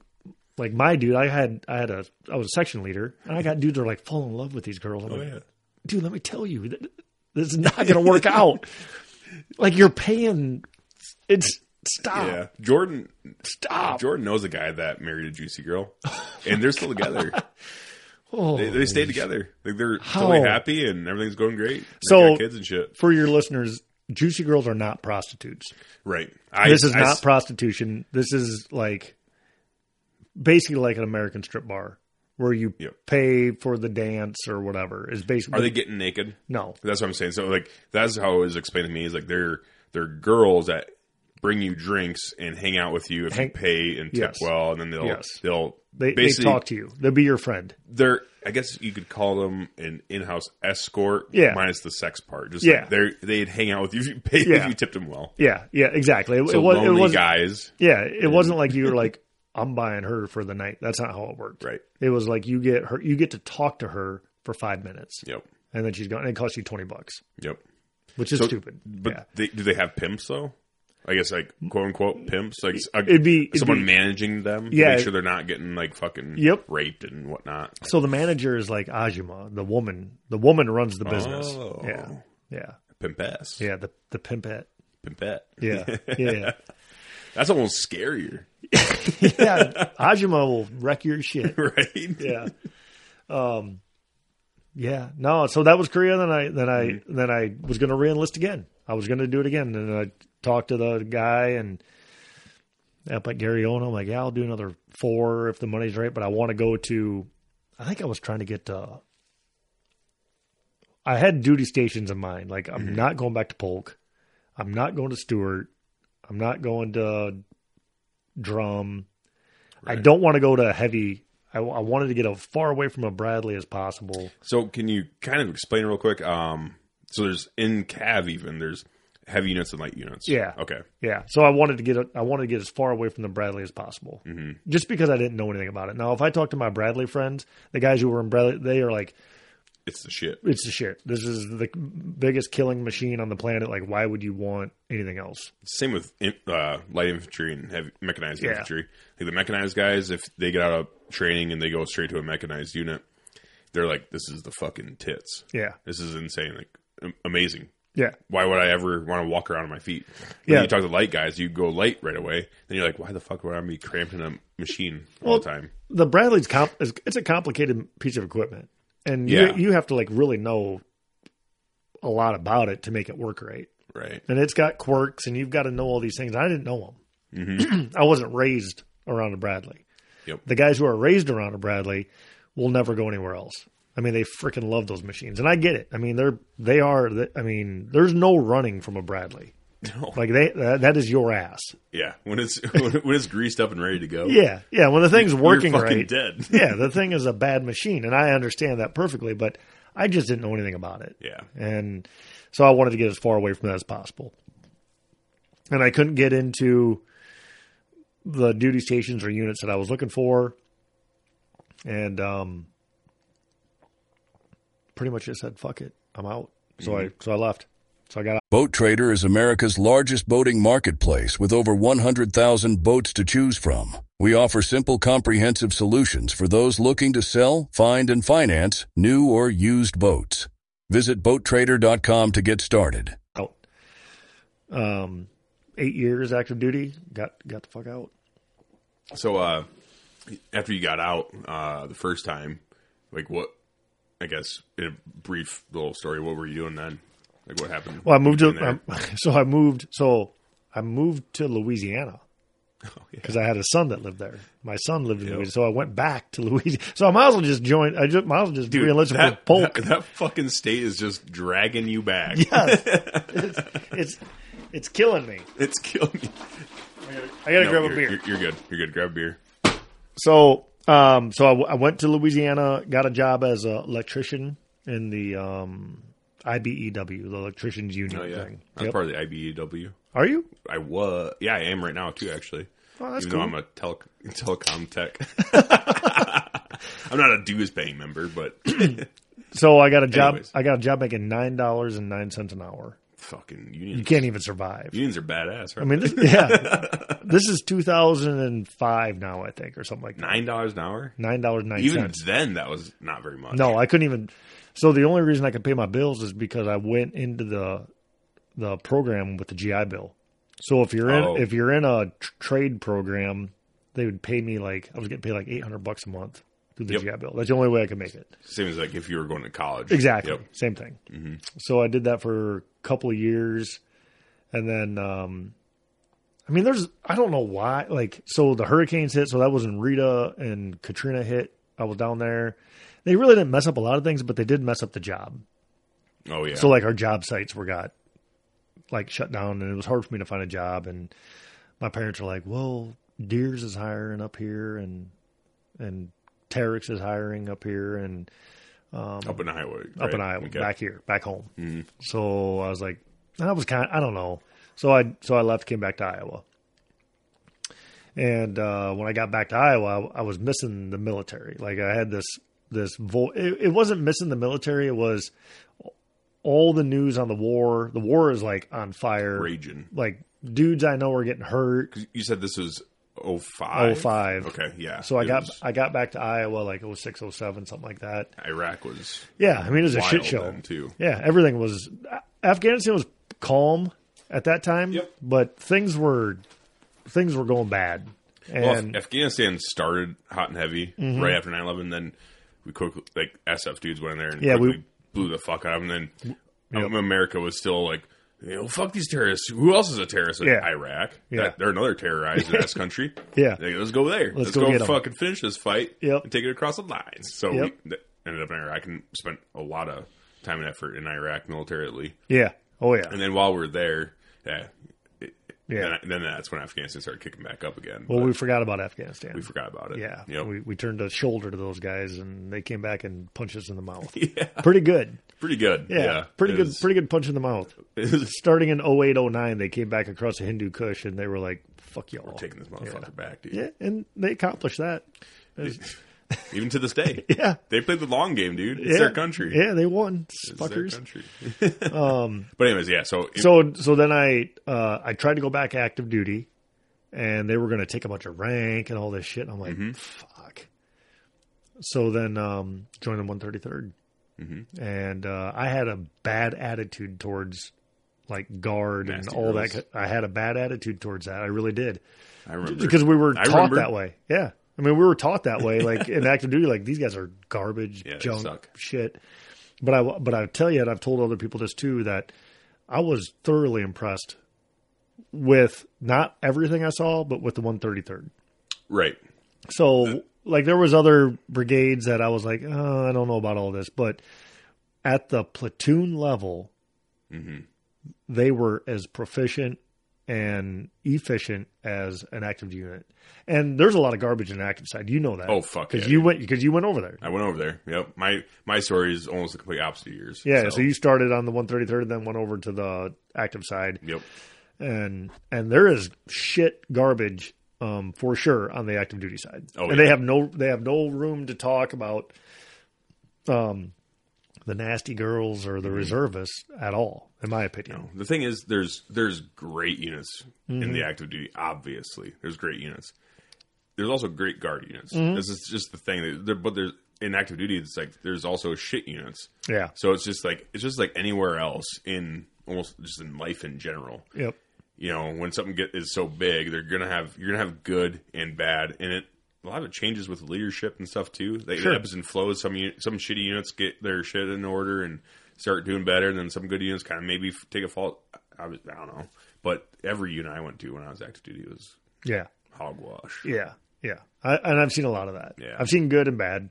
S2: Like my dude, I had I had a I was a section leader, and I got dudes that are like fall in love with these girls. I'm
S1: Oh,
S2: like,
S1: yeah.
S2: dude, let me tell you, th- this is not going to work out. Like you're paying, it's stop,
S1: Yeah, Jordan.
S2: stop.
S1: Jordan knows a guy that married a juicy girl, and they're still together.
S2: Oh.
S1: They, they stay together. Like they're
S2: How?
S1: totally happy, and everything's going great. They
S2: So-
S1: got kids and shit.
S2: for your listeners, juicy girls are not prostitutes.
S1: Right. I,
S2: this is
S1: I-
S2: not prostitution. This is like basically like an American strip bar where you
S1: Yep.
S2: pay for the dance or whatever. Is basically
S1: Are they getting naked?
S2: no.
S1: That's what I'm saying. So like that's how it was explained to me. Is like they're they're girls that bring you drinks and hang out with you if
S2: Hang-
S1: you pay and tip
S2: Yes.
S1: well, and then they'll
S2: Yes.
S1: they'll
S2: They, they
S1: basically
S2: talk to you. They'll be your friend.
S1: they're I guess you could call them an in-house escort,
S2: Yeah.
S1: minus the sex part. Just
S2: Yeah.
S1: like they they'd hang out with you if you paid if
S2: Yeah.
S1: you tipped them well.
S2: Yeah, yeah, exactly. It,
S1: So
S2: it was. It
S1: lonely
S2: was.
S1: guys,
S2: Yeah, it wasn't like you were like I'm buying her for the night. That's not how it worked.
S1: right?
S2: It was like you get her. You get to talk to her for five minutes,
S1: Yep,
S2: and then she's gone. And it costs you twenty bucks,
S1: yep.
S2: which is
S1: So-
S2: stupid.
S1: But
S2: yeah.
S1: they, do they have pimps though? I guess like quote unquote pimps, like s-
S2: it'd be it'd
S1: someone
S2: be-
S1: managing them, to
S2: Yeah.
S1: make sure they're not getting like fucking
S2: Yep.
S1: raped and whatnot.
S2: So the manager is like Ajima, the woman. The woman runs the business.
S1: Oh.
S2: Yeah, yeah,
S1: Pimpess,
S2: yeah. The the pimpette.
S1: pimpette.
S2: Yeah, yeah,
S1: That's almost scarier,
S2: yeah. Ajima will wreck your shit.
S1: right?
S2: Yeah, um, yeah. No, so that was Korea. Then I then I then I was going to reenlist again. I was going to do it again, and I talked to the guy and up at Gary Owen. I'm like, yeah, I'll do another four if the money's right, but I want to go to. I think I was trying to get. Uh, I had duty stations in mind. Like I'm not going back to Polk. I'm not going to Stewart. I'm not going to Drum. I don't want to go to heavy. I, I wanted to get as far away from a Bradley as possible.
S1: So can you kind of explain real quick? Um, so there's in Cav even there's heavy units and light units.
S2: Yeah.
S1: Okay.
S2: Yeah, so I wanted to get a- I wanted to get as far away from the Bradley as possible, mm-hmm. just because I didn't know anything about it. Now, if I talk to my Bradley friends, the guys who were in Bradley, they are like,
S1: It's the shit.
S2: "It's the shit. This is the biggest killing machine on the planet. Like, why would you want anything else?"
S1: Same with in- uh, light infantry and heavy mechanized
S2: Yeah.
S1: infantry. Like the mechanized guys, if they get out of training and they go straight to a mechanized unit, they're like, "This is the fucking tits.
S2: Yeah,
S1: This is insane. Like am- amazing.
S2: yeah,
S1: Why would I ever want to walk around on my feet?" When
S2: Yeah.
S1: you talk to light guys, you go light right away. Then you're like, "Why the fuck would I be cramped in a machine all the time?"
S2: the Bradley's comp is it's a complicated piece of equipment, and
S1: Yeah.
S2: you you have to like really know a lot about it to make it work right.
S1: Right.
S2: And it's got quirks, and you've got to know all these things. I didn't know them. I wasn't raised around a Bradley.
S1: Mm-hmm. Yep.
S2: The guys who are raised around a Bradley will never go anywhere else. I mean, they freaking love those machines, and I get it. I mean, they're they are. the- I mean, there's no running from a Bradley.
S1: No.
S2: Like they that, that is your ass.
S1: Yeah. When it's when, it- when it's greased up and ready to go.
S2: Yeah, yeah. When the thing's working
S1: you're fucking
S2: right,
S1: dead.
S2: yeah, the thing is a bad machine, and I understand that perfectly, but I just didn't know anything about it.
S1: Yeah.
S2: And so I wanted to get as far away from that as possible. And I couldn't get into the duty stations or units that I was looking for. And um, pretty much just said, fuck it, I'm out. So I so I left. So I got
S4: Boat Trader is America's largest boating marketplace with over 100,000 boats to choose from. We offer simple, comprehensive solutions for those looking to sell, find, and finance new or used boats. Visit BoatTrader.com to get started.
S2: out. Um, eight years active duty, got got the fuck out.
S1: So uh after you got out uh the first time, like what I guess in a brief little story, what were you doing then? Like what happened?
S2: Well, I moved to
S1: Between there?
S2: so I moved so I moved to Louisiana
S1: Oh,
S2: because I had a son that lived there. My son lived in Louisiana, so I went back to Louisiana. So I might as well just join. I just might as well just be realistic with
S1: that,
S2: Polk.
S1: that that fucking state is just dragging you back.
S2: it's it's killing me.
S1: It's killing you.
S2: I gotta, I gotta
S1: No,
S2: grab a
S1: you're,
S2: beer.
S1: You're, you're good. You're good. Grab a beer.
S2: So um, so I, w- I went to Louisiana, got a job as an electrician in the um, IBEW, the Electricians Union
S1: Oh yeah,
S2: thing.
S1: I was
S2: Yep.
S1: part of the IBEW.
S2: Are you?
S1: I was. Yeah, I am right now too. Actually.
S2: Oh, that's
S1: Even though
S2: cool.
S1: I'm a tele- telecom tech. I'm not a dues paying member, but
S2: So I got a job.
S1: Anyways.
S2: I got a job making nine dollars and nine cents an hour.
S1: fucking unions.
S2: You can't even survive.
S1: Unions are badass, right?
S2: I mean, this, yeah, this is 2005 now, I think, or something like that.
S1: nine dollars an hour.
S2: Nine dollars ninety
S1: Even
S2: cents.
S1: then, that was not very much.
S2: No, I couldn't even. So the only reason I could pay my bills is because I went into the the program with the GI Bill. So if you're in
S1: Oh.
S2: if you're in a tr- trade program, they would pay me like I was getting paid like 800 bucks a month through the
S1: Yep.
S2: GI Bill. That's the only way I could make it.
S1: same as like if you were going to college.
S2: Exactly.
S1: Yep. Mm-hmm.
S2: Same thing. So I did that for a couple of years. And then, um, I mean, there's, I don't know why. Like, so the hurricanes hit. So that was in Rita and Katrina hit. I was down there. They really didn't mess up a lot of things, but they did mess up the job.
S1: Oh yeah.
S2: So like our job sites were got like shut down and it was hard for me to find a job and my parents were like, Well, Deers is hiring up here and and Terex is hiring up here and
S1: up in Iowa.
S2: up in
S1: right?
S2: Iowa,
S1: Okay. Mm-hmm.
S2: back here, back home. So I was like, I was kind, I don't know. So I so I left, came back to Iowa, and uh, when I got back to Iowa, I, I was missing the military. Like I had this this vo- it, it wasn't missing the military. It was all the news on the war. The war is like on fire.
S1: Raging.
S2: Like dudes I know are getting hurt.
S1: You said this was 05?
S2: 05.
S1: Okay. Yeah.
S2: So I
S1: It
S2: got
S1: was-
S2: I got back to Iowa like 06, 07, something like that.
S1: Iraq was
S2: Yeah, I mean it was a
S1: wild
S2: shit show.
S1: then, too.
S2: Yeah, everything was. Afghanistan was calm at that time,
S1: Yep.
S2: but things were things were going bad.
S1: Well,
S2: And Mm-hmm.
S1: Af- Afghanistan started hot and heavy right after 9-11. Then we quickly like SF dudes went in there and
S2: Yeah, we-
S1: quickly blew the fuck out of them. And then um, America was still like, you know, fuck these terrorists. Who else is a terrorist? Like,
S2: Yeah.
S1: Iraq.
S2: Yeah.
S1: That- they're another terrorized ass country.
S2: Yeah.
S1: Like, let's go there. Let's,
S2: go
S1: go,
S2: get 'em.
S1: fucking finish this fight.
S2: Yep.
S1: And take it across the lines. So
S2: Yep.
S1: we th- ended up in Iraq and spent a lot of time and effort in Iraq militarily.
S2: yeah, oh yeah,
S1: And then while we're there, yeah, it,
S2: Yeah.
S1: Then, then that's when Afghanistan started kicking back up again.
S2: Well,
S1: But
S2: we forgot about Afghanistan.
S1: we forgot about it.
S2: Yeah.
S1: Yep.
S2: We, we turned a shoulder to those guys and they came back and punched us in the mouth.
S1: yeah.
S2: Pretty good.
S1: Pretty good.
S2: Yeah.
S1: Yeah.
S2: pretty
S1: It
S2: good.
S1: was-
S2: Pretty good punch in the mouth.
S1: it was
S2: Starting in 08, 09, they came back across the Hindu Kush and they were like, fuck y'all.
S1: taking this motherfucker back, dude.
S2: yeah. And they accomplished that.
S1: Even to this day.
S2: Yeah.
S1: They played the long game, dude. It's
S2: yeah.
S1: their country.
S2: Yeah. They won.
S1: It's their
S2: Fuckers. Um,
S1: country. but anyways, yeah. So,
S2: so so then I uh, I tried to go back active duty, and they were going to take a bunch of rank and all this shit. And I'm like,
S1: Mm-hmm.
S2: fuck. So then um, joined the 133rd,
S1: Mm-hmm.
S2: and uh, I had a bad attitude towards like guard and
S1: Nasty
S2: all
S1: girls.
S2: that. I had a bad attitude towards that. I really did
S1: I remember
S2: because we were
S1: I
S2: taught
S1: remember.
S2: that way. Yeah. I mean, we were taught that way, like in active duty, like these guys are garbage,
S1: Yeah, they
S2: junk,
S1: suck.
S2: shit. But I, but I tell you, and I've told other people this too, that I was thoroughly impressed with not everything I saw, but with the 133rd.
S1: Right.
S2: So, like, there was other brigades that I was like, oh, I don't know about all this, but at the platoon level,
S1: Mm-hmm.
S2: they were as proficient and efficient as an active unit. And there's a lot of garbage in the active side. You know that.
S1: Oh, fuck
S2: Because
S1: yeah,
S2: you went because you went over there.
S1: I went over there. Yep. My my story is almost the complete opposite of yours.
S2: Yeah. So, you started on the 133rd and then went over to the active side,
S1: Yep.
S2: and and there is shit garbage. Um, for sure on the active duty side,
S1: Oh,
S2: and
S1: yeah.
S2: they have no they have no room to talk about um the nasty girls or
S1: Mm-hmm.
S2: the reservists at all, in my opinion.
S1: The thing is, there's there's great units in the active duty. Obviously, there's great units. There's also great guard units. This is just the thing. There- there- but there's in active duty, it's like there's also shit units.
S2: Yeah.
S1: So it's just like it's just like anywhere else in almost just in life in general.
S2: Yep.
S1: You know, when something get, is so big, they're gonna have you're gonna have good and bad, and it a lot of it changes with leadership and stuff too. They
S2: Sure.
S1: it ebbs and flows. Some uni- some shitty units get their shit in order and start doing better, and then some good units kind of maybe f- take a fall. I, was, I don't know, but every unit I went to when I was active duty was
S2: Yeah.
S1: hogwash.
S2: Yeah. Yeah. I, and I've seen a lot of that.
S1: Yeah.
S2: I've seen good and bad.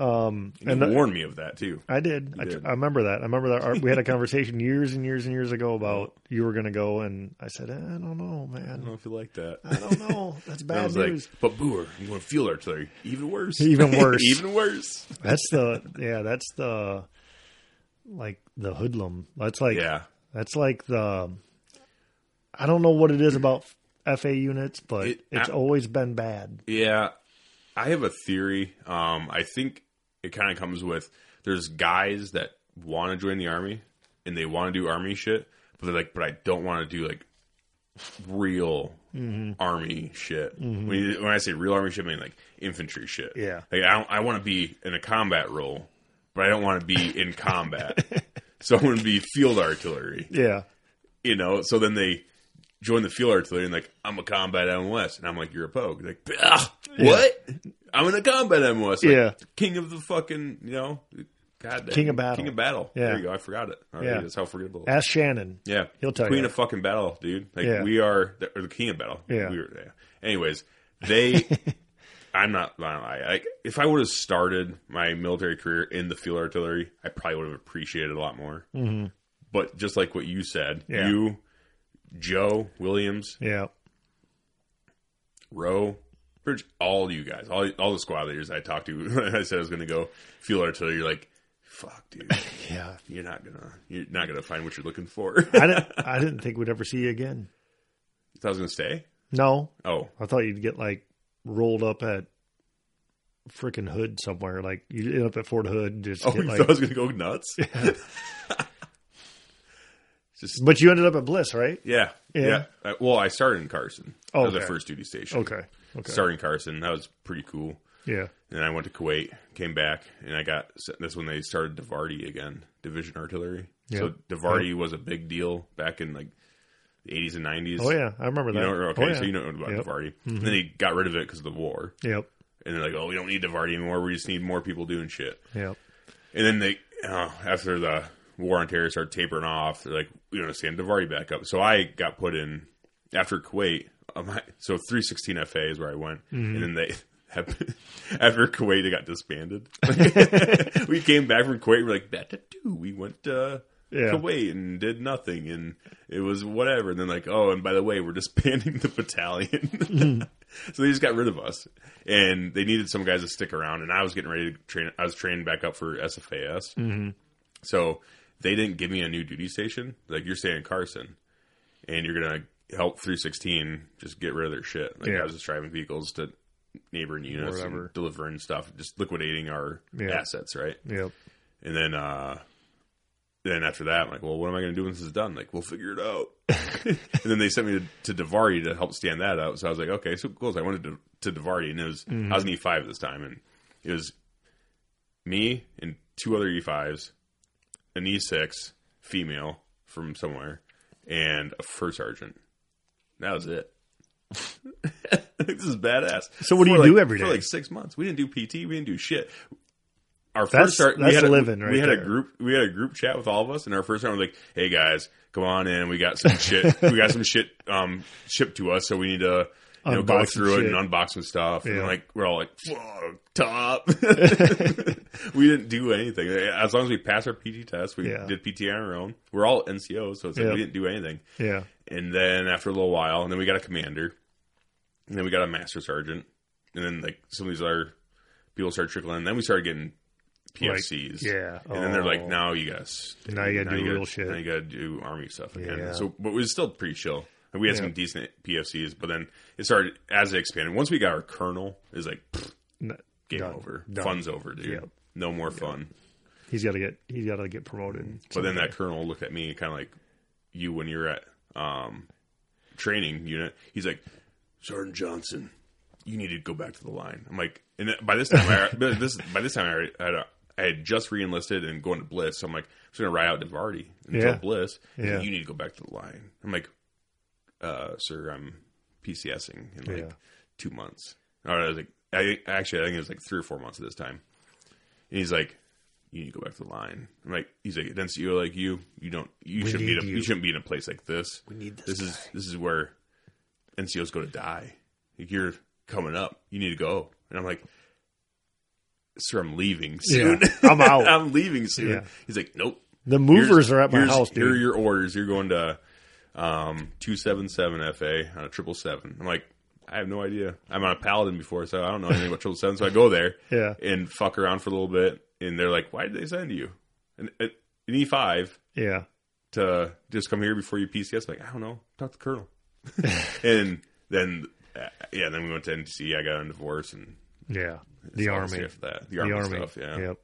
S2: Um,
S1: And
S2: and
S1: you
S2: the-
S1: warned me of that too.
S2: I did. I,
S1: did.
S2: I remember that. I remember that. Our, we had a conversation years and years and years ago about you were going to go, and I said, "Eh, I don't know, man.
S1: if you like that.
S2: I don't know. That's
S1: Mm-hmm. I
S2: bad
S1: was like,
S2: news.
S1: but Boer, I'm going to field artillery. Even worse.
S2: Even worse.
S1: Even worse.
S2: that's the yeah. That's the like the hoodlum. That's like
S1: Yeah.
S2: That's like the I don't know what it is about FA units, but
S1: It-
S2: it's
S1: I-
S2: always been bad.
S1: Yeah, I have a theory. Um, I think it kind of comes with there's guys that want to join the army and they want to do army shit, but they're like, but I don't want to do like real army shit. When, you, when I say real army shit, I mean like infantry shit.
S2: Yeah.
S1: like I don't, I want to be in a combat role, but I don't want to be in combat. So I'm going to be field artillery
S2: Yeah.
S1: you know, so then they join the field artillery and like, I'm a combat MOS. And I'm like, you're a pogue. Like, "Ah, what? I'm in a combat MOS. Like,
S2: Yeah.
S1: King of the fucking, you know, God damn,
S2: King of battle.
S1: King of battle.
S2: Yeah.
S1: There you go. I forgot it. All right,
S2: Yeah.
S1: That's how forgettable.
S2: Ask Shannon.
S1: yeah.
S2: He'll tell
S1: Queen
S2: you.
S1: of fucking battle, dude. Like,
S2: Yeah.
S1: we are, the, or the king of battle.
S2: Yeah.
S1: We were, yeah. Anyways, they, I'm not, I, I, if I would have started my military career in the field artillery, I probably would have appreciated it a lot more. Mm-hmm. But just like what you said,
S2: Yeah.
S1: you, Joe Williams,
S2: Yeah.
S1: Rowe, pretty much all you guys, all all the squad leaders I talked to, when I said I was going to go field artillery. You're like, fuck, dude,
S2: Yeah.
S1: you're not gonna you're not gonna find what you're looking for.
S2: I didn't I didn't think we'd ever see you again.
S1: I was gonna stay.
S2: No.
S1: Oh,
S2: I thought you'd get like rolled up at frickin' Hood somewhere. Like you end up at Fort Hood just
S1: oh,
S2: get,
S1: you
S2: like-
S1: thought I was gonna go nuts. Just
S2: But you ended up at Bliss, right?
S1: yeah,
S2: Yeah.
S1: yeah. Uh, well, I started in Carson.
S2: Oh,
S1: that was
S2: okay.
S1: the first duty station.
S2: Okay. Okay.
S1: started in Carson. That was pretty cool.
S2: Yeah.
S1: And I went to Kuwait, came back, and I got that's when they started Divardi again, division artillery. So Divardi was a big deal back in like the 80s and 90s.
S2: Oh yeah, I remember
S1: You
S2: that.
S1: know, okay,
S2: oh, yeah.
S1: so you know about
S2: Yep. Mm-hmm.
S1: Divardi. And then he got rid of it because of the war.
S2: Yep.
S1: And they're like, oh, we don't need Divardi anymore. We just need more people doing shit.
S2: Yep.
S1: And then they, uh, after the war on terror started tapering off, they're like, we don't stand Davari back up. So I got put in after Kuwait. uh, my- so 316 FA is where I went. And then they, after Kuwait, they got disbanded. we came back from Kuwait. We're like, that do. We went, uh,
S2: Yeah.
S1: Kuwait and did nothing and it was whatever. And then like, oh, and by the way, we're disbanding the
S2: Mm.
S1: battalion. so they just got rid of us and they needed some guys to stick around. And I was getting ready to train. I was training back up for SFAS.
S2: Mhm.
S1: So they didn't give me a new duty station. Like you're staying in Carson and you're going to help 316 just get rid of their shit. Like
S2: Yeah.
S1: I was just driving vehicles to neighboring units
S2: Whatever.
S1: and delivering stuff, just liquidating our
S2: Yeah.
S1: assets. Right.
S2: Yep.
S1: And then uh then after that, I'm like, well, what am I going to do when this is done? Like, we'll figure it out. and then they sent me to, to Davari to help stand that out. So I was like, okay, so cool. So I went to, to Davari, and it was
S2: Mm-hmm.
S1: I was an E5 this time, and it was me and two other E5s, an E6 female from somewhere, and a first sergeant. That was it. this is badass.
S2: So what do
S1: For
S2: you
S1: like-
S2: do every
S1: For
S2: day?
S1: like six months, we didn't do PT, we didn't do shit. Our
S2: That's-
S1: first start, we
S2: that's
S1: had a,
S2: living right
S1: We had
S2: there.
S1: a group, we had a group chat with all of us, and our first time was like, "Hey guys, come on in. We got some shit. we got some shit um, shipped to us, so we need to." You know, go
S2: Unbox some
S1: through it
S2: shit.
S1: and unbox some stuff, and
S2: Yeah.
S1: like we're all like, "Fuck, top." we didn't do anything. As long as we passed our PT test, we
S2: Yeah.
S1: did PT on our own. We're all NCOs, so it's like
S2: Yeah.
S1: we didn't do anything.
S2: Yeah.
S1: And then after a little while, and then we got a commander, and then we got a master sergeant, and then like some of these other people started trickling. in. Then we started getting PFCs,
S2: Like, yeah.
S1: And then they're like,
S2: Oh.
S1: now you guys,
S2: Now you gotta do real shit."
S1: Now you gotta do army stuff again.
S2: Yeah.
S1: So, but it was still pretty chill. And we had
S2: Yeah.
S1: some decent PFCs, but then it started as it expanded. Once we got our colonel, it was like pfft,
S2: N-
S1: game
S2: Done.
S1: over,
S2: Done.
S1: fun's over, dude.
S2: Yep.
S1: No more fun.
S2: He's got to get. He's got to get promoted.
S1: But then that colonel looked at me kind of like you when you're at um, training unit. He's like, Sergeant Johnson, you need to go back to the line. I'm like, and by this time, I, by this by this time, I, already- I, had, a, I had just reenlisted and going to Bliss. So I'm like, I'm just gonna ride out to Vardy until
S2: Yeah.
S1: Bliss. He's like,
S2: Yeah.
S1: you need to go back to the line. I'm like, uh, sir, I'm PCSing in like
S2: Yeah.
S1: two months. Or I was like, I actually, I think it was like three or four months at this time. And he's like, you need to go back to the line. I'm like, he's like, an NCO like you, you don't, you shouldn't be,
S2: need
S1: in a, you.
S2: you.
S1: shouldn't be in a place like this. We
S2: need this
S1: is this is where NCOs go to die. Like, you're coming up. You need to go. And I'm like, sir, I'm leaving soon.
S2: Yeah. I'm out.
S1: I'm leaving soon.
S2: Yeah.
S1: He's like, nope.
S2: the movers
S1: Here's-
S2: are at my
S1: here's-
S2: house, dude.
S1: Here are your orders. You're going to um, 277 FA on a 777. I'm like, I have no idea. I'm on a Paladin before, so I don't know anything about 777. So I go there
S2: yeah.
S1: and fuck around for a little bit. And they're like, why did they send you? An, an E5
S2: Yeah.
S1: E to just come here before your PCS? I'm like, I don't know. Talk to the Colonel. and then, uh, yeah, then we went to NC. I got on divorce and
S2: Yeah. The army.
S1: After that. The,
S2: The
S1: army,
S2: army.
S1: stuff, yeah.
S2: Yep.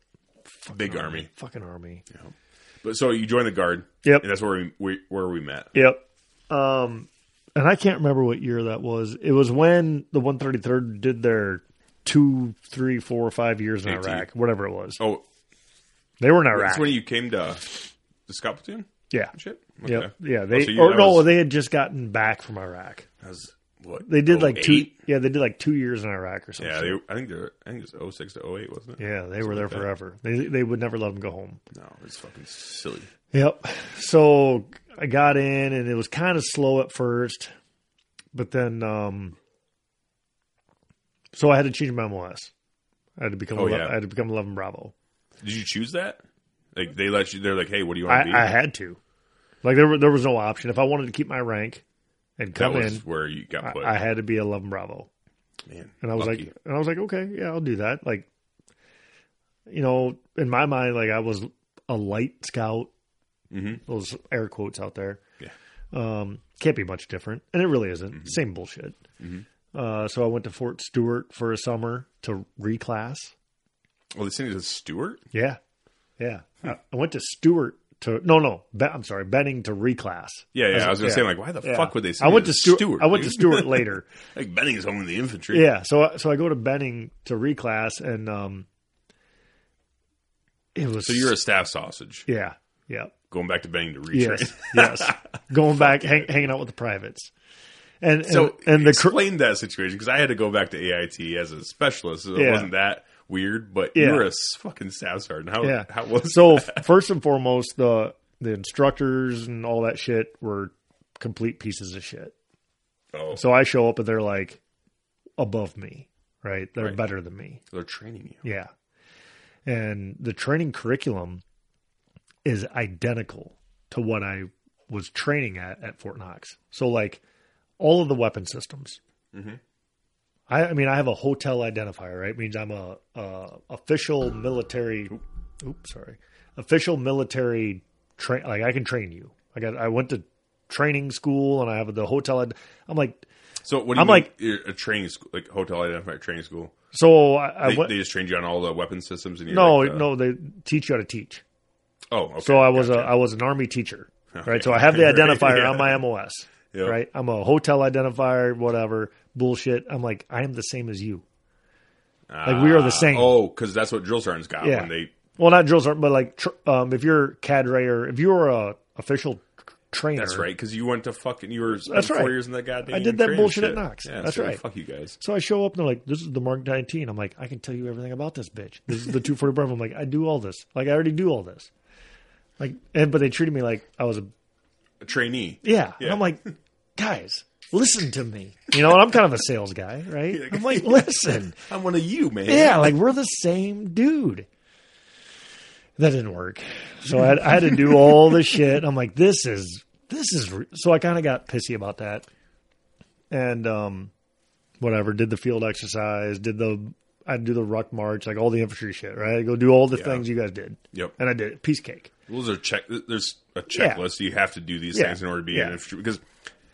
S1: Big army.
S2: Fucking army.
S1: But so you joined the guard.
S2: Yep.
S1: And that's where we, we where we met.
S2: Yep. Um, and I can't remember what year that was. It was when the 133rd did their two, three, four, five years in
S1: 18.
S2: Iraq, whatever it was.
S1: Oh,
S2: They were in
S1: That's
S2: Iraq.
S1: when you came to the Scott platoon
S2: yeah.
S1: and shit.
S2: Yep. Yeah. They
S1: Oh, so you-
S2: or
S1: that
S2: no,
S1: was-
S2: they had just gotten back from Iraq.
S1: That was, what
S2: They did like two.
S1: 08?
S2: Yeah, they did like two years in Iraq or something.
S1: Oh, Yeah, they, I think they're. I think it was 06 to 08, wasn't it?
S2: yeah, they were there
S1: like that.
S2: forever. They they would never let them go home.
S1: No, it's fucking silly.
S2: Yep. So I got in and it was kind of slow at first, but then um so I had to change my MOS. I had to become
S1: Oh,
S2: 11,
S1: yeah.
S2: I had to become 11 Bravo.
S1: Did you choose that? Like they let you. They're like, hey, what do you
S2: I,
S1: want to be?
S2: I had to. Like there were, there was no option if I wanted to keep my rank and
S1: that
S2: come
S1: was
S2: in
S1: where you got put.
S2: I, I had to be 11 Bravo.
S1: Man,
S2: And I was
S1: lucky.
S2: like, and I was like, okay, yeah, I'll do that. Like, you know, in my mind, like I was a light scout.
S1: Mhm.
S2: Those air quotes out there.
S1: Yeah. Mm-hmm.
S2: Um, can't be much different, and it really isn't. Same bullshit. Uh, so I went to Fort Stewart for a summer to reclass.
S1: well, they sent you to Stewart.
S2: Yeah, yeah.
S1: Hmm.
S2: I, I went to Stewart to no, no. Be, I'm sorry, Benning to reclass.
S1: Yeah, yeah. I was gonna
S2: yeah.
S1: say like, why the
S2: Yeah.
S1: fuck would they? Send
S2: I went
S1: you
S2: to Stewart. I went to
S1: dude?
S2: Stewart later.
S1: like Benning's home in the infantry.
S2: Yeah, so so I go to Benning to reclass, and um, it was
S1: So you're a staff sausage
S2: yeah yeah
S1: going back to Benning to retrain.
S2: yes yes going back hang, hanging out with the privates, and and,
S1: So
S2: and the cr-
S1: explain that situation because I had to go back to AIT as a specialist. So it
S2: Yeah.
S1: wasn't that weird, but
S2: Yeah.
S1: you were a s- fucking staff sergeant. How,
S2: yeah
S1: how was
S2: so first and foremost the the instructors and all that shit were complete pieces of shit.
S1: oh,
S2: So I show up and they're like above me, right? They're
S1: Right.
S2: better than me.
S1: they're training you.
S2: Yeah. And the training curriculum is identical to what I was training at at Fort Knox. So like all of the weapon systems.
S1: Mhm.
S2: I, I mean, I have a hotel identifier, right? means I'm a, a official military. Oops, sorry, official military train. Like I can train you. I got. I went to training school and I have the hotel. Id- I'm like,
S1: So what do you
S2: I'm
S1: mean,
S2: like-
S1: you're a training school, like hotel identifier training school.
S2: so I, I
S1: They,
S2: went.
S1: they just trained you on all the weapon systems and you're
S2: no,
S1: like uh, the-
S2: no, they teach you how to teach.
S1: Oh, okay.
S2: So I was a I was an army teacher,
S1: Okay.
S2: right? So I have the
S1: Right,
S2: identifier
S1: yeah.
S2: on my MOS,
S1: Yep.
S2: right? I'm a hotel identifier, whatever bullshit. I'm like I am the same as you. Like we are the same.
S1: Oh, because that's what drill sergeants got
S2: Yeah.
S1: when they.
S2: Well, not drills aren't, but like tr- um, if you're cadre or if you're a official tr- trainer,
S1: That's right, because you went to fucking you were
S2: That's
S1: four
S2: right.
S1: years in that goddamn.
S2: I did that
S1: training
S2: bullshit
S1: shit.
S2: at Knox.
S1: Yeah,
S2: That's
S1: so
S2: right.
S1: Fuck you guys.
S2: So I show up and they're like, "This is the Mark 19." I'm like, "I can tell you everything about this bitch. This is the 240 Bravo." I'm like, "I do all this. Like I already do all this." Like, and but they treated me like I was a
S1: A trainee.
S2: Yeah.
S1: Yeah.
S2: And I'm like, guys, listen to me. You know, and I'm kind of a sales guy, right? I'm like, listen.
S1: I'm one of you, man.
S2: Yeah, like we're the same dude. That didn't work. So I had, I had to do all the shit. I'm like, this is this is re-. so I kind of got pissy about that. And um whatever, did the field exercise, did the I'd do the ruck march, like all the infantry shit, right? I'd go do all the things you guys did.
S1: Yep.
S2: And I did it. Piece cake.
S1: Those are check. There's a
S2: Yeah.
S1: checklist. You have to do these
S2: Yeah.
S1: things in order to be
S2: Yeah.
S1: an infantry because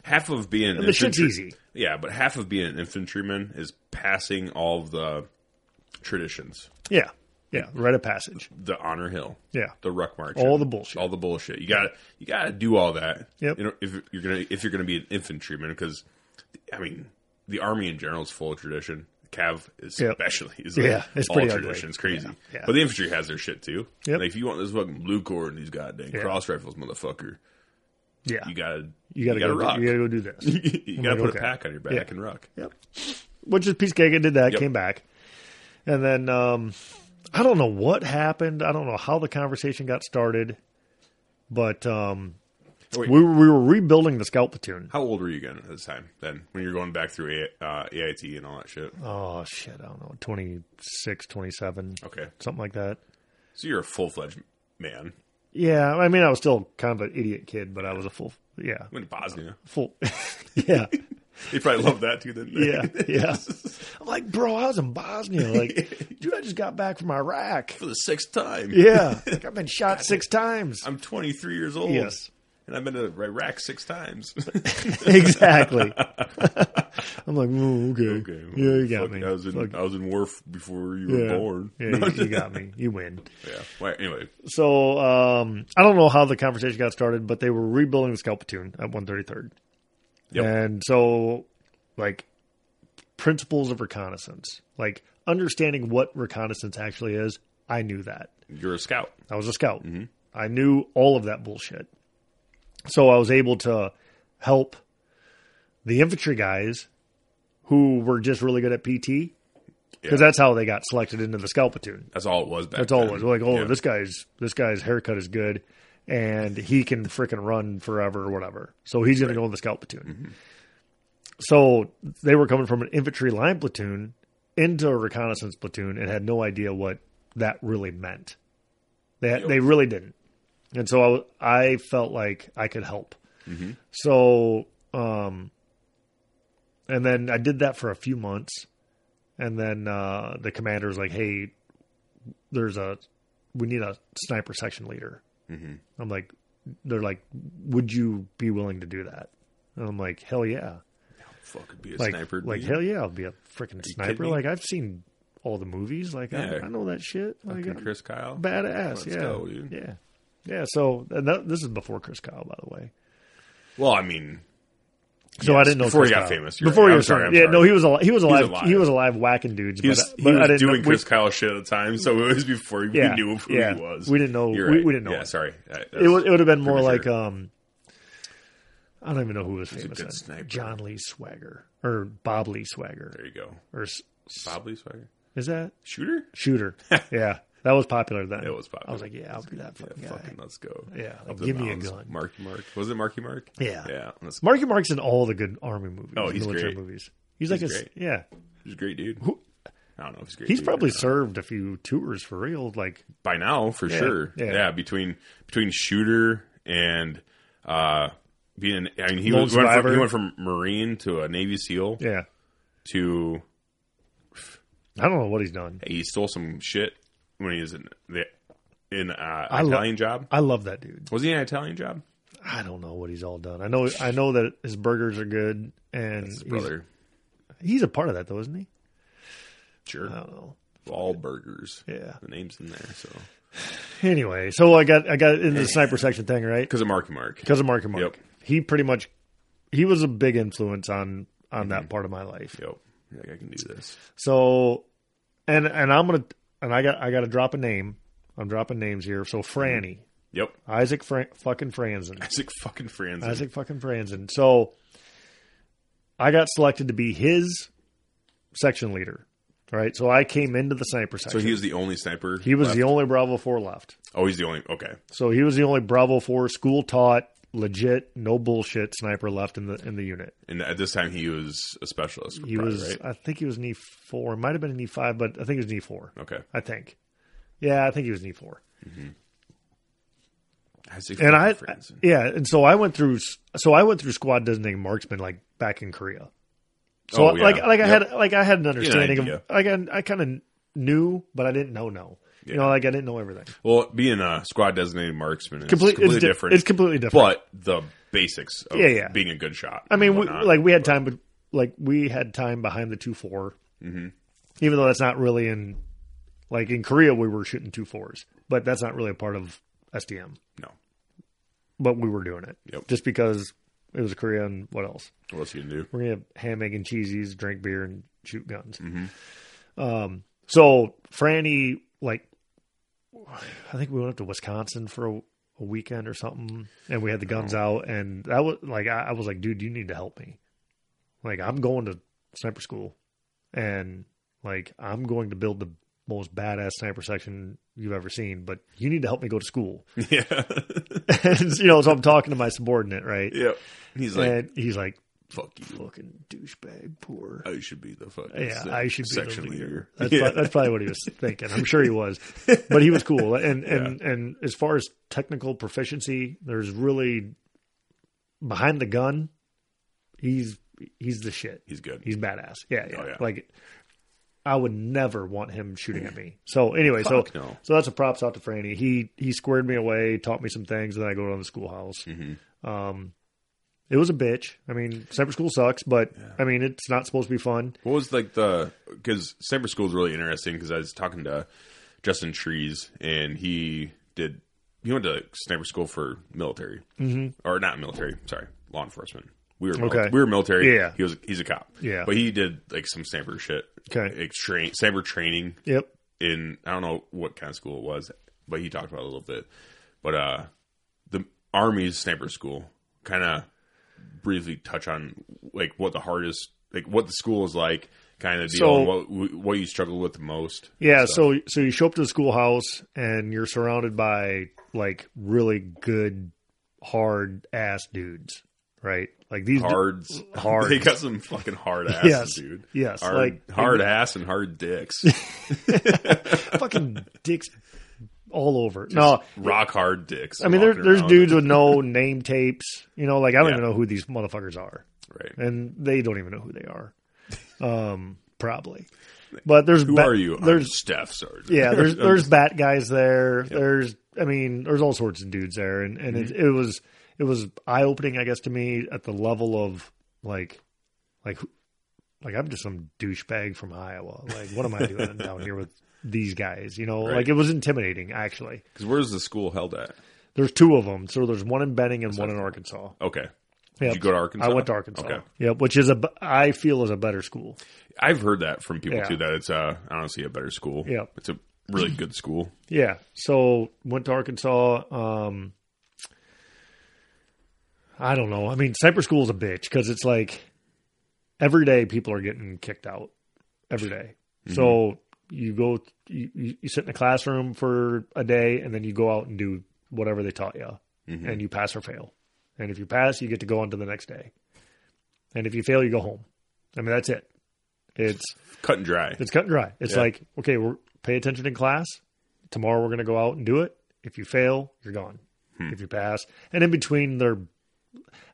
S1: half of being an
S2: The shit's
S1: infantry-
S2: easy.
S1: Yeah, but half of being an infantryman is passing all of the traditions,
S2: Yeah. Yeah. Rite of passage.
S1: the honor hill,
S2: Yeah.
S1: the ruck march,
S2: All the bullshit.
S1: all the bullshit. You got to you got to do all that.
S2: Yep.
S1: You know, if you're gonna if you're gonna be an infantryman, because I mean, the army in general is full of tradition. Cav
S2: Yep.
S1: especially is
S2: Yeah,
S1: like
S2: it's
S1: all
S2: pretty ugly.
S1: tradition. It's crazy,
S2: Yeah, yeah.
S1: but the infantry has their shit too.
S2: Yep.
S1: Like if you want this fucking blue corps and these goddamn cross rifles, motherfucker,
S2: Yeah.
S1: you gotta
S2: you gotta,
S1: gotta
S2: go,
S1: rock.
S2: You gotta go do this.
S1: you
S2: I'm
S1: gotta
S2: like,
S1: put a
S2: okay.
S1: pack on your back
S2: Yeah.
S1: and rock.
S2: yep. Which is piece of cake. I did that.
S1: Yep.
S2: Came back, and then um, I don't know what happened. I don't know how the conversation got started, but um,
S1: Wait.
S2: we were- we were rebuilding the scout platoon.
S1: How old were you again at this time? Then when you're going back through A- uh, AIT and all that shit.
S2: Oh shit! I don't know, 26, 27,
S1: Okay,
S2: something like that.
S1: so you're a full fledged man.
S2: Yeah, I mean, I was still kind of an idiot kid, but I was a full, yeah,
S1: Went to Bosnia.
S2: full, yeah.
S1: They probably loved that too. Didn't they?
S2: Yeah, yeah. I'm like, bro, I was in Bosnia. Like, dude, I just got back from Iraq.
S1: for the sixth time.
S2: Yeah, like I've been shot six times.
S1: I'm 23 years old.
S2: Yes.
S1: And I've been to Iraq six times.
S2: exactly. I'm like, "Ooh, okay.
S1: Okay, well,
S2: yeah, you got
S1: fuck,
S2: me.
S1: I was in
S2: Fuck,
S1: I was in war f- before you
S2: yeah.
S1: were born.
S2: Yeah, you, you got me. You win.
S1: Yeah. Well, anyway,
S2: So um, I don't know how the conversation got started, but they were rebuilding the scout platoon at 133rd,
S1: Yep.
S2: and so like principles of reconnaissance, like understanding what reconnaissance actually is. I knew that.
S1: you're a scout.
S2: I was a scout. I knew all of that bullshit. So I was able to help the infantry guys who were just really good at PT because that's how they got selected into the scout platoon.
S1: That's all it was back
S2: That's all it
S1: then.
S2: was. Like, oh,
S1: Yeah.
S2: this guy's this guy's haircut is good, and he can freaking run forever or whatever. So he's going to go in the scout platoon. So they were coming from an infantry line platoon into a reconnaissance platoon and had no idea what that really meant. They they really didn't, and so I w- I felt like I could help. So um, and then I did that for a few months, and then uh, the commander was like, "Hey, there's a we need a sniper section leader."
S1: Mm-hmm.
S2: I'm like, they're like, "Would you be willing to do that?" And I'm like, "Hell yeah!"
S1: Fuck, be a
S2: like,
S1: sniper.
S2: Like
S1: dude.
S2: hell yeah, I'll be a freaking
S1: kidding
S2: sniper.
S1: me?
S2: Like I've seen all the movies. Like
S1: Yeah.
S2: I, I know that shit. Like
S1: Fucking
S2: I'm
S1: Chris Kyle.
S2: badass.
S1: Let's
S2: yeah,
S1: go, dude.
S2: yeah, yeah. So and that, this is before Chris Kyle, by the way.
S1: Well, I mean,
S2: So I
S1: Yes,
S2: didn't know
S1: before
S2: Chris
S1: he got
S2: Kyle.
S1: famous, you're
S2: before
S1: right.
S2: he
S1: I'm
S2: was
S1: sorry,
S2: famous.
S1: I'm
S2: yeah,
S1: sorry.
S2: no, he was alive. He was alive.
S1: alive.
S2: He was alive whacking dudes.
S1: he was,
S2: but,
S1: he
S2: but I
S1: was
S2: didn't
S1: doing
S2: know,
S1: Chris Kyle shit at the time, so it was before we
S2: Yeah,
S1: knew who
S2: yeah.
S1: he was.
S2: We didn't know-
S1: You're
S2: we-
S1: right.
S2: we didn't know
S1: Yeah,
S2: him.
S1: sorry. That-
S2: It would,
S1: that's-
S2: it would have been more
S1: pretty
S2: like
S1: sure.
S2: um, I don't even know who was
S1: a
S2: famous.
S1: good
S2: then.
S1: sniper.
S2: John Lee Swagger or Bob Lee Swagger
S1: There you go.
S2: or s- s-
S1: Bob Lee Swagger.
S2: is that
S1: Shooter?
S2: shooter? yeah, that was popular then.
S1: It was popular.
S2: I was like, yeah, I'll do that. Fucking
S1: Yeah,
S2: guy.
S1: fucking let's go.
S2: Yeah, like,
S1: Up the
S2: give me a
S1: mountains.
S2: gun.
S1: Marky Mark. Was it Marky Mark?
S2: Yeah.
S1: Yeah. That's
S2: Marky Mark's in all the good army movies.
S1: Oh, he's
S2: military
S1: great.
S2: movies. He's like
S1: He's
S2: a s-
S1: great.
S2: yeah.
S1: he's a great dude. I don't know if he's great.
S2: He's
S1: dude or
S2: probably
S1: not.
S2: served a few tours for real. Like,
S1: by now for sure.
S2: yeah.
S1: Yeah. between between shooter and uh, being, an, I mean, he
S2: Lone
S1: was went from,
S2: survivor.
S1: he went from Marine to a Navy SEAL
S2: yeah,
S1: to
S2: I don't know what he's done.
S1: he stole some shit when he was in the in uh,
S2: I lo-
S1: Italian job.
S2: I love that dude.
S1: Was he in an Italian job?
S2: I don't know what he's all done. I know, I know that his burgers are good, and
S1: His
S2: he's,
S1: brother,
S2: he's a part of that though, isn't he?
S1: sure.
S2: I don't know.
S1: All burgers.
S2: Oh. Yeah.
S1: the name's in there. So
S2: Anyway, so I got I got into the sniper section thing, right?
S1: because of Marky Mark.
S2: Because of Mark and Mark,
S1: Yep.
S2: he pretty much he was a big influence on on that part of my life.
S1: Yep. Like I can do this.
S2: So, and and I'm gonna and I got I got to drop a name. I'm dropping names here. So Franny,
S1: Yep.
S2: Isaac Fran- fucking Franzen,
S1: Isaac fucking Franzen.
S2: Isaac fucking Franzen. So, I got selected to be his section leader. Right. So I came into the sniper
S1: So
S2: section.
S1: he was the only sniper.
S2: he was
S1: left?
S2: the only Bravo Four left.
S1: Oh, he's the only. Okay.
S2: So he was the only Bravo Four school taught, legit, no bullshit sniper left in the in the unit.
S1: And at this time, he was a specialist.
S2: He
S1: probably,
S2: was,
S1: right?
S2: I think he was an E four, might have been an E five, but I think he was an E four.
S1: okay.
S2: I think. Yeah, I think he was an E four.
S1: Isaac
S2: And I,
S1: fucking Franzen.
S2: yeah, and so I went through, so I went through squad designated marksman like back in Korea. So
S1: Oh, yeah.
S2: like, like I
S1: Yep.
S2: had, like I had an understanding of,
S1: idea.
S2: like I, I kind of knew, but I didn't know no. You know, like I didn't know everything.
S1: Well, being a squad designated marksman is
S2: Complete-
S1: completely
S2: it's di-
S1: different.
S2: It's completely different.
S1: but the basics of
S2: Yeah, yeah.
S1: being a good shot.
S2: I mean,
S1: and
S2: we,
S1: whatnot.
S2: like we had time, but like we had time behind the two mm-hmm. even though that's not really in, like in Korea we were shooting two fours, but that's not really a part of SDM.
S1: no,
S2: But we were doing it
S1: Yep.
S2: just because it was Korea and what else?
S1: what else you can do?
S2: We're gonna have ham, egg, and cheesies, drink beer, and shoot guns. Um, so Franny, like, I think we went up to Wisconsin for a, a weekend or something, and we had the guns out, and that was like, I, I was like, dude, you need to help me. Like, I'm going to sniper school, and like, I'm going to build the most badass sniper section you've ever seen, but you need to help me go to school.
S1: Yeah,
S2: and, you know, so I'm talking to my subordinate, right?
S1: yep. He's like,
S2: and he's like,
S1: "Fuck you!
S2: fucking douchebag, poor.
S1: I should be the fucking
S2: Yeah,
S1: se-
S2: I should be
S1: section
S2: the leader.
S1: leader."
S2: That's,
S1: yeah.
S2: prob- that's probably what he was thinking. I'm sure he was, but he was cool. And and and as far as technical proficiency, there's really behind the gun. He's he's the shit.
S1: He's good.
S2: He's badass. Yeah, yeah.
S1: Oh, yeah.
S2: Like I would never want him shooting at me. So anyway, so
S1: Fuck no.
S2: so that's a props out to Franny. He he squared me away, taught me some things, and then I go down to the schoolhouse.
S1: Mm-hmm.
S2: Um, it was a bitch. I mean, separate school sucks, but I mean, it's not supposed to be fun.
S1: What was like the because cyber school is really interesting because I was talking to Justin Trees and he did he went to sniper school for military mm-hmm. or not military sorry law enforcement we were mil-
S2: Okay.
S1: we were military
S2: Yeah.
S1: he was he's a cop
S2: Yeah.
S1: but he did like some sniper shit
S2: Okay.
S1: like train sniper training
S2: Yep.
S1: in I don't know what kind of school it was but he talked about it a little bit but uh the army's sniper school kind of briefly touch on like what the hardest like what the school is like kind of deal
S2: So-
S1: and what what you struggle with the most
S2: Yeah, so so you show up to the schoolhouse and you're surrounded by like really good hard ass dudes, right? Like these
S1: hards
S2: Hards.
S1: they got some fucking hard asses
S2: Yes.
S1: dude
S2: Yes,
S1: hard,
S2: like-
S1: hard ass and hard dicks
S2: du- fucking dicks all over. No,
S1: rock hard dicks
S2: I mean there,
S1: walking
S2: there's
S1: around.
S2: dudes with no name tapes, you know, like I don't
S1: Yeah.
S2: even know who these motherfuckers are.
S1: right
S2: And they don't even know who they are. Um probably. But there's
S1: who
S2: ba-
S1: are you
S2: There's
S1: I'm staff sergeant
S2: yeah there's there's bat guys there there's i mean there's all sorts of dudes there and and
S1: Mm-hmm.
S2: it, it was it was eye opening i guess to me at the level of like like who- like i'm just some douchebag from iowa like what am i doing down here with these guys you know
S1: Right.
S2: like it was intimidating actually
S1: because where's the school held at
S2: there's two of them so there's one in benning and one in arkansas
S1: okay did
S2: Yep.
S1: you go to Arkansas
S2: i went to arkansas
S1: okay
S2: yep which is a b- i feel is a better school
S1: I've heard that from people
S2: Yeah.
S1: too that it's uh honestly a better school
S2: Yeah.
S1: it's a really good school
S2: Yeah. So went to Arkansas. Um, I don't know. I mean, sniper school is a bitch because it's like every day people are getting kicked out every day. So you go, you, you you sit in a classroom for a day and then you go out and do whatever they taught you and you pass or fail. And if you pass, you get to go on to the next day. And if you fail, you go home. I mean, that's it. It's
S1: Cut and dry.
S2: it's cut and dry. It's
S1: Yeah.
S2: like okay, we're pay attention in class. Tomorrow we're going to go out and do it. If you fail, you're gone.
S1: Hmm.
S2: If you pass, and in between, they're,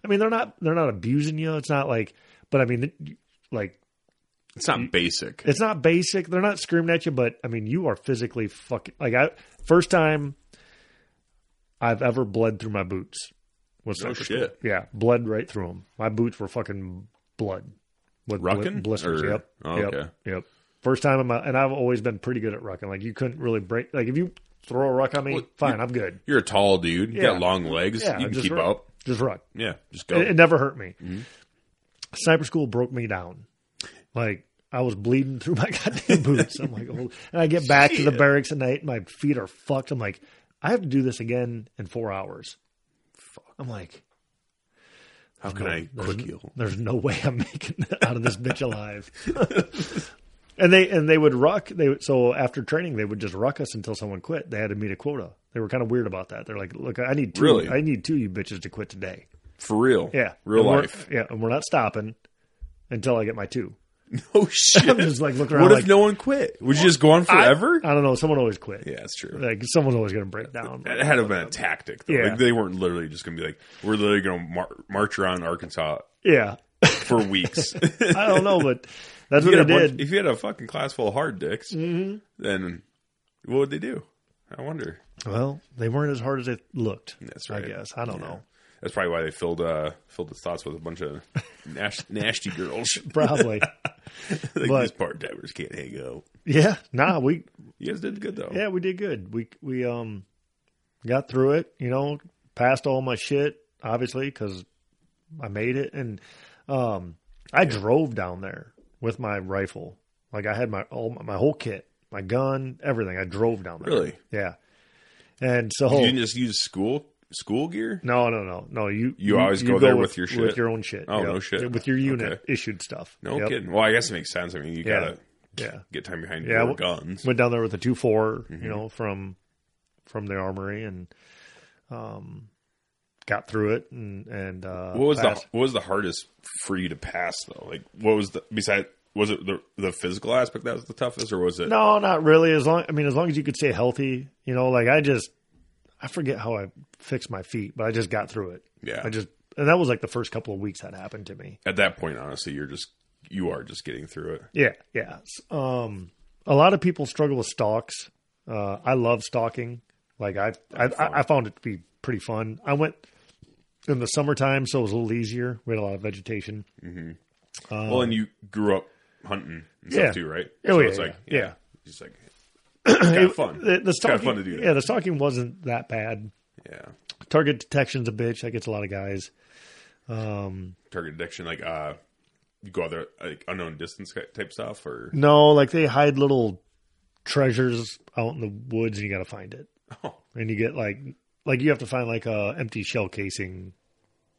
S2: I mean, they're not they're not abusing you. It's not like, but I mean, like
S1: It's not basic.
S2: it's not basic. They're not screaming at you, but I mean, you are physically fucking like I first time I've ever bled through my boots. Was
S1: No
S2: soccer
S1: shit.
S2: school. Yeah, bled right through them. My boots were fucking blood with bl-
S1: Rucking?
S2: blisters.
S1: Or-
S2: Yep.
S1: oh,
S2: yep.
S1: okay.
S2: Yep. First time in my and I've always been pretty good at rucking. Like you couldn't really break. Like if you throw a ruck on me,
S1: Well,
S2: fine, I'm good.
S1: You're a tall dude. You
S2: Yeah.
S1: got long legs.
S2: Yeah,
S1: you can
S2: just
S1: keep
S2: ruck.
S1: up.
S2: Just ruck.
S1: Yeah, just go.
S2: It, it never hurt me. Sniper school broke me down. Like I was bleeding through my goddamn boots. I'm like, oh. and I get back to the barracks at night. My feet are fucked. I'm like, I have to do this again in four hours. I'm like,
S1: How can I quick heal?
S2: there's no way I'm making it out of this bitch alive. and they and they would ruck. They would- so after training they would just ruck us until someone quit. They had to meet a quota. They were kind of weird about that. They're like, look, I need two.
S1: Really?
S2: I need two of you bitches to quit today.
S1: For real.
S2: Yeah,
S1: Real
S2: And we're-
S1: life.
S2: Yeah, and we're not stopping until I get my two.
S1: Oh shit.
S2: I'm just like looking around.
S1: what if
S2: like,
S1: no one quit? Would you just go on forever?
S2: I don't know. Someone always quit.
S1: yeah, that's true.
S2: Like someone's always going to break down.
S1: It had to have been a tactic, though.
S2: Yeah.
S1: Like, they weren't literally just going to be like, we're literally going to mar- march around Arkansas
S2: yeah,
S1: for weeks.
S2: I don't know, but that's
S1: You
S2: what
S1: had
S2: they
S1: a bunch-
S2: did. Mm-hmm.
S1: if you had a fucking class full of hard dicks, then what would they do? I wonder.
S2: well, they weren't as hard as they looked.
S1: e That's
S2: I
S1: right.
S2: guess I don't know.
S1: That's probably why they filled uh, filled the thoughts with a bunch of nas- nasty girls.
S2: Probably.
S1: like
S2: But-
S1: these part divers can't hang out.
S2: yeah. Nah. We
S1: You guys did good though.
S2: yeah we did good. We we um got through it. You know, passed all my shit. Obviously, because I made it, and um I drove down there with my rifle. Like I had my all my, my whole kit, my gun, everything. I drove down there.
S1: Really?
S2: Yeah. And so
S1: You didn't just use school school gear?
S2: No, no, no, no. You
S1: You always go there with your
S2: with
S1: shit?
S2: your own shit.
S1: Oh, no shit.
S2: With your unit
S1: Okay.
S2: issued stuff.
S1: No
S2: Yep.
S1: kidding. Well, I guess it makes sense. I mean, you
S2: Yeah.
S1: gotta
S2: Yeah,
S1: get time behind
S2: Yeah,
S1: your
S2: w-
S1: guns.
S2: went down there with a two
S1: Mm-hmm.
S2: you know, from from the armory and um got through it and and uh,
S1: what was
S2: passed.
S1: the what was the hardest for you to pass though? Like, what was the besides? Was it the the physical aspect that was the toughest, or was it?
S2: No, not really. As long, I mean, as long as you could stay healthy, you know. Like I just, I forget how I fixed my feet, but I just got through it.
S1: Yeah.
S2: I just, and that was like the first couple of weeks that happened to me.
S1: At that point, honestly, you're just you are just getting through it.
S2: Yeah, yeah. S- Um, a lot of people struggle with stalks. Uh, I love stalking. Like I, I, I, I found it to be pretty fun. I went in the summertime, so it was a little easier. We had a lot of vegetation.
S1: well, and you grew up hunting and stuff
S2: Yeah.
S1: too, right?
S2: Oh, yeah,
S1: it's
S2: yeah,
S1: like
S2: yeah.
S1: just like it's kind of fun.
S2: The, the
S1: it's kind
S2: stalking,
S1: of fun to do
S2: Yeah,
S1: that.
S2: the stalking wasn't that bad.
S1: Yeah,
S2: Target detection's a bitch. That gets a lot of guys.
S1: target addiction, like uh, you go out there like unknown distance ki- type stuff, or
S2: No, like they hide little treasures out in the woods, and you got to find it.
S1: Oh.
S2: And you get like, like you have to find like a empty shell casing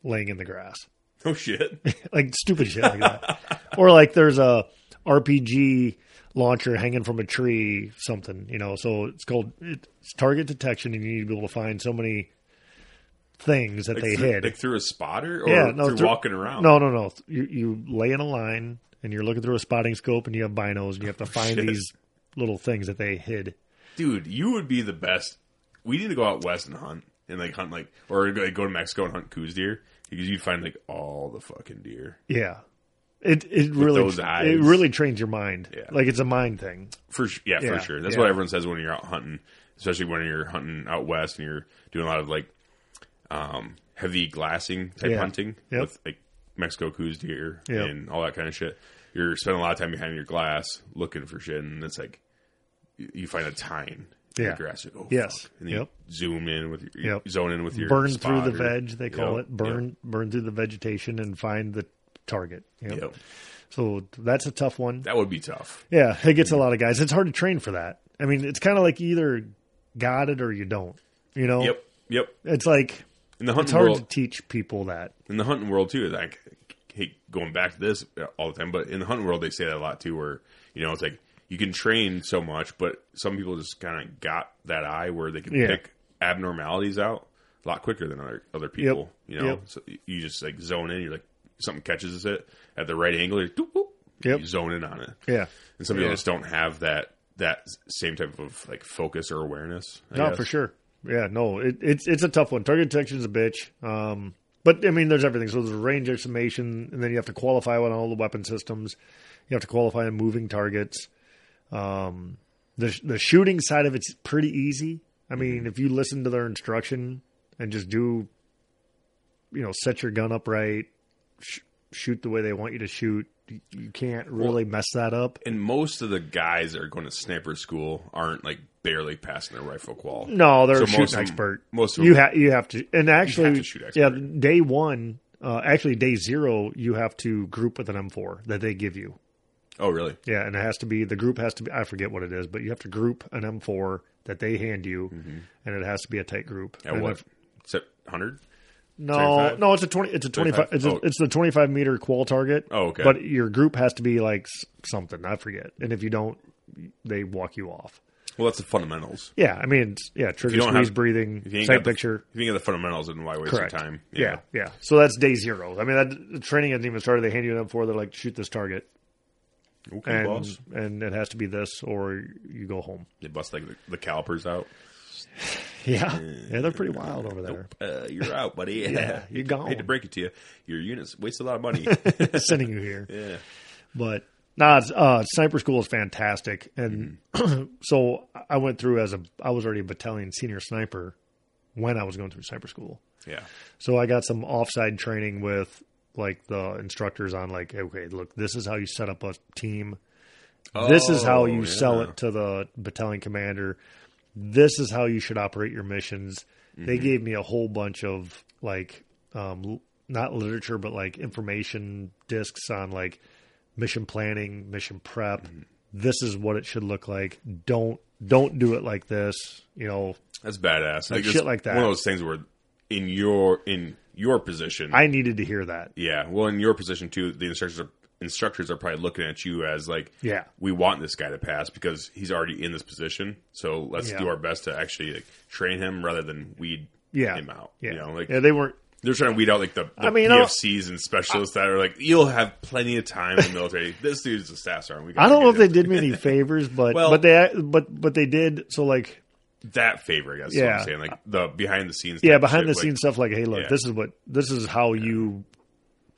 S2: laying in the grass.
S1: no shit.
S2: like stupid shit like that. or like there's a RPG launcher hanging from a tree, something you know. So it's called it's target detection, and you need to be able to find so many things that
S1: Like
S2: they
S1: through,
S2: hid.
S1: like through a spotter, or
S2: Yeah, no,
S1: through,
S2: through-
S1: walking around.
S2: no, no, no. You you lay in a line, and you're looking through a spotting scope, and you have binos, and you have to find
S1: shit.
S2: these little things that they hid.
S1: dude, you would be the best. We need to go out west and hunt and like hunt like or go, like, go to Mexico and hunt coos deer because you'd find like all the fucking deer
S2: Yeah. It it really
S1: those eyes.
S2: it really trains your mind.
S1: Yeah.
S2: Like it's a mind thing.
S1: for su- yeah,
S2: Yeah,
S1: for sure. That's
S2: yeah.
S1: what everyone says when you're out hunting, especially when you're hunting out west and you're doing a lot of like um heavy glassing type
S2: Yeah.
S1: hunting
S2: Yep.
S1: with like Mexico coos deer
S2: Yep.
S1: and all that kind of shit. You're spending a lot of time behind your glass looking for shit, and it's like you you find a tine. in
S2: Yeah.
S1: The grass, You're like, oh,
S2: Yes.
S1: fuck. And then you
S2: Yep.
S1: zoom in with your
S2: Yep.
S1: zone in with your
S2: burn
S1: spot
S2: through the
S1: or-
S2: veg they call
S1: Yep.
S2: it burn burn through the vegetation and find the target yep.
S1: Yep. Yep.
S2: so that's a tough one
S1: That would be tough.
S2: yeah it gets a lot of guys it's hard to train for that i mean it's kind of like you either got it or you don't you know
S1: Yep. Yep.
S2: it's like
S1: In the
S2: Oh. it's
S1: hunting
S2: hard to
S1: world,
S2: teach people that
S1: in the hunting world too, like hate going back to this all the time, but in the hunting world they say that a lot too where, you know, it's like you can train so much, but some people just kind of got that eye where they can
S2: Yeah.
S1: pick abnormalities out a lot quicker than other other people, you know.
S2: Yep.
S1: So you just like zone in, you're like something catches it at the right angle, you're, doop, boop,
S2: Yep.
S1: you zone in on it.
S2: Yeah.
S1: And some people
S2: Yeah.
S1: just don't have that that same type of like focus or awareness. I
S2: No,
S1: guess.
S2: for sure. Yeah, no, it, it's it's a tough one. Target detection's a bitch. Um, but I mean, there's everything. So there's range estimation, and then you have to qualify on all the weapon systems. You have to qualify on moving targets. Um, the the shooting side of it's pretty easy. I
S1: Mm-hmm.
S2: mean, if you listen to their instruction and just do, you know, set your gun up right, sh- shoot the way they want you to shoot. You, you can't really mess that up.
S1: And most of the guys that are going to sniper school aren't like barely passing their rifle qual.
S2: No, they're
S1: So
S2: a
S1: most
S2: shooting
S1: of 'em-
S2: expert.
S1: most of
S2: you
S1: them-
S2: have you have to, and actually,
S1: to shoot
S2: yeah,
S1: expert.
S2: day one, uh, actually day zero, you have to group with an M4 that they give you.
S1: Oh, really?
S2: Yeah, and it has to be the group has to be I forget what it is, but you have to group an M4 that they hand you, and it has to be a tight group.
S1: Mm-hmm. At
S2: And
S1: what?
S2: if-
S1: Hundred?
S2: no,
S1: 25?
S2: no, it's a twenty. It's a twenty-five. It's, a,
S1: 35? Oh.
S2: it's the twenty-five meter qual target.
S1: Oh, okay.
S2: But your group has to be like s- something I forget, and if you don't, they walk you off.
S1: Well, that's the fundamentals.
S2: Yeah, I mean, it's, yeah, trigger
S1: you don't
S2: squeeze,
S1: have-
S2: breathing,
S1: If you ain't
S2: sight
S1: got the-
S2: picture.
S1: If you ain't got the fundamentals, then why waste
S2: Correct.
S1: your time?
S2: Yeah, yeah. So that's day zero. I mean, that the training hasn't even started. They hand you an M4. They're like, shoot this target,
S1: Okay,
S2: and
S1: boss.
S2: and it has to be this, or you go home.
S1: They bust like the, the calipers out.
S2: Yeah, yeah. They're pretty wild over there.
S1: Uh, you're out, buddy.
S2: Yeah, you're gone.
S1: Hate to break it to you. Your units waste a lot of money.
S2: Sending you here,
S1: yeah.
S2: but nah. It's, uh, sniper school is fantastic, and so I went through as a. I was already a battalion senior sniper when I was going through sniper school.
S1: Yeah.
S2: So I got some offside training with like the instructors on like, okay, look, this is how you set up a team. this is how
S1: Oh,
S2: you sell
S1: yeah.
S2: it to the battalion commander. This is how you should operate your missions.
S1: Mm-hmm.
S2: They gave me a whole bunch of like, um, l- not literature, but like information discs on like mission planning, mission prep.
S1: Mm-hmm.
S2: This is what it should look like. Don't don't do it like this. You know,
S1: That's badass.
S2: Like
S1: it's
S2: shit like that.
S1: One of those things where in your in your position,
S2: I needed to hear that.
S1: yeah. Well, in your position too, the instructors are instructors are probably looking at you as like,
S2: Yeah.
S1: we want this guy to pass because he's already in this position. So let's
S2: Yeah.
S1: do our best to actually like, train him rather than weed
S2: Yeah.
S1: him out.
S2: Yeah.
S1: You know, like
S2: yeah, they weren't
S1: they're trying to weed out like the, the
S2: I mean, I don't-
S1: PFCs and specialists that are like, you'll have plenty of time in the military. this dude's a staff sergeant. We
S2: I don't know if
S1: gotta
S2: they
S1: get
S2: did me any favors, but
S1: Well-
S2: but they but but they did. So like
S1: that favor. I guess. Yeah.
S2: Yeah.
S1: I'm saying like the behind the scenes.
S2: yeah,
S1: type
S2: behind
S1: shit,
S2: the
S1: like,
S2: scenes stuff. Like hey, look,
S1: Yeah.
S2: this is what this is how you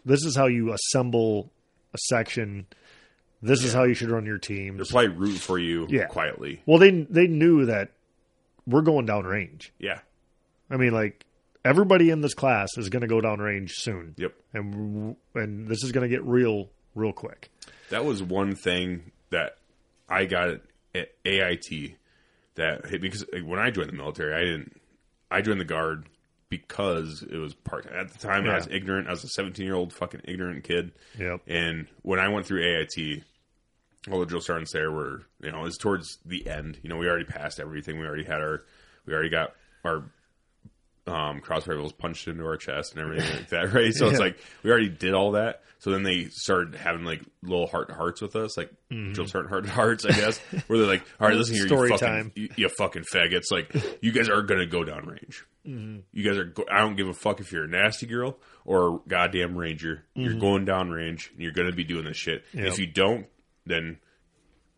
S2: this is how you assemble a section. This is how you should run your team.
S1: They're probably rooting for you
S2: Yeah.
S1: quietly.
S2: Well, they they knew that we're going downrange.
S1: Yeah.
S2: I mean, like everybody in this class is going to go downrange soon,
S1: Yep.
S2: and and this is going to get real real quick.
S1: That was one thing that I got at AIT that hit me because like, when I joined the military, I didn't. I joined the guard because it was part time. At the time, I was
S2: Yeah.
S1: ignorant. I was a seventeen-year-old fucking ignorant kid.
S2: Yep.
S1: And when I went through AIT, all the drill sergeants there were, you know, it's towards the end. You know, we already passed everything. We already had our, we already got our um, cross rifles punched into our chest and everything like that, right? So it's
S2: Yeah.
S1: like we already did all that. So then they started having like little heart to hearts with us, like drill sergeant heart to hearts, I guess, where they're like, "All right, listen here,
S2: Mm-hmm. Story
S1: you fucking,
S2: time.
S1: You, you fucking faggots! Like, you guys are gonna go down range. You guys are. Go- I don't give a fuck if you're a nasty girl or a goddamn ranger. You're going down range. And you're gonna be doing this shit.
S2: Mm-hmm. Yep.
S1: If you don't, then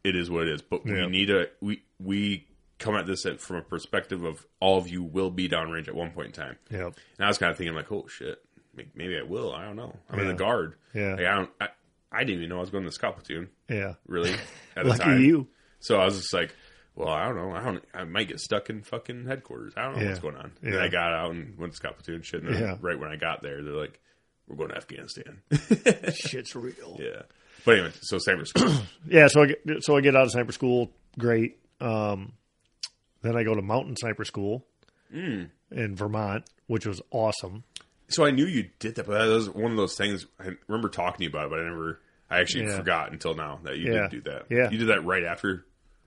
S1: it is what it is. But we
S2: Yep.
S1: need a we we come at this at, from a perspective of all of you will be downrange at one point in time.
S2: Yep.
S1: And I was kind of thinking like, oh shit, may- maybe I will. I don't know. I'm in
S2: Yeah.
S1: the guard.
S2: Yeah.
S1: Like, I don't. I, I didn't even know I was going to the scout platoon
S2: Yeah.
S1: really at the
S2: Lucky
S1: time.
S2: you.
S1: So I was just like, well, I don't know. I don't. I might get stuck in fucking headquarters. I don't know
S2: Yeah.
S1: what's going on. And
S2: Yeah.
S1: I got out and went to scout platoon and shit. And then
S2: Yeah.
S1: right when I got there, they're like, we're going to Afghanistan.
S2: Shit's real.
S1: yeah. But anyway, so Cyber School.
S2: yeah, so I get, so I get out of sniper school, great. Um, then I go to mountain sniper school
S1: Hmm.
S2: in Vermont, which was awesome.
S1: so I knew you did that, but that was one of those things. I remember talking to you about it, but I never. I actually
S2: Yeah.
S1: forgot until now that you
S2: Yeah.
S1: did do that.
S2: Yeah.
S1: You did that right after.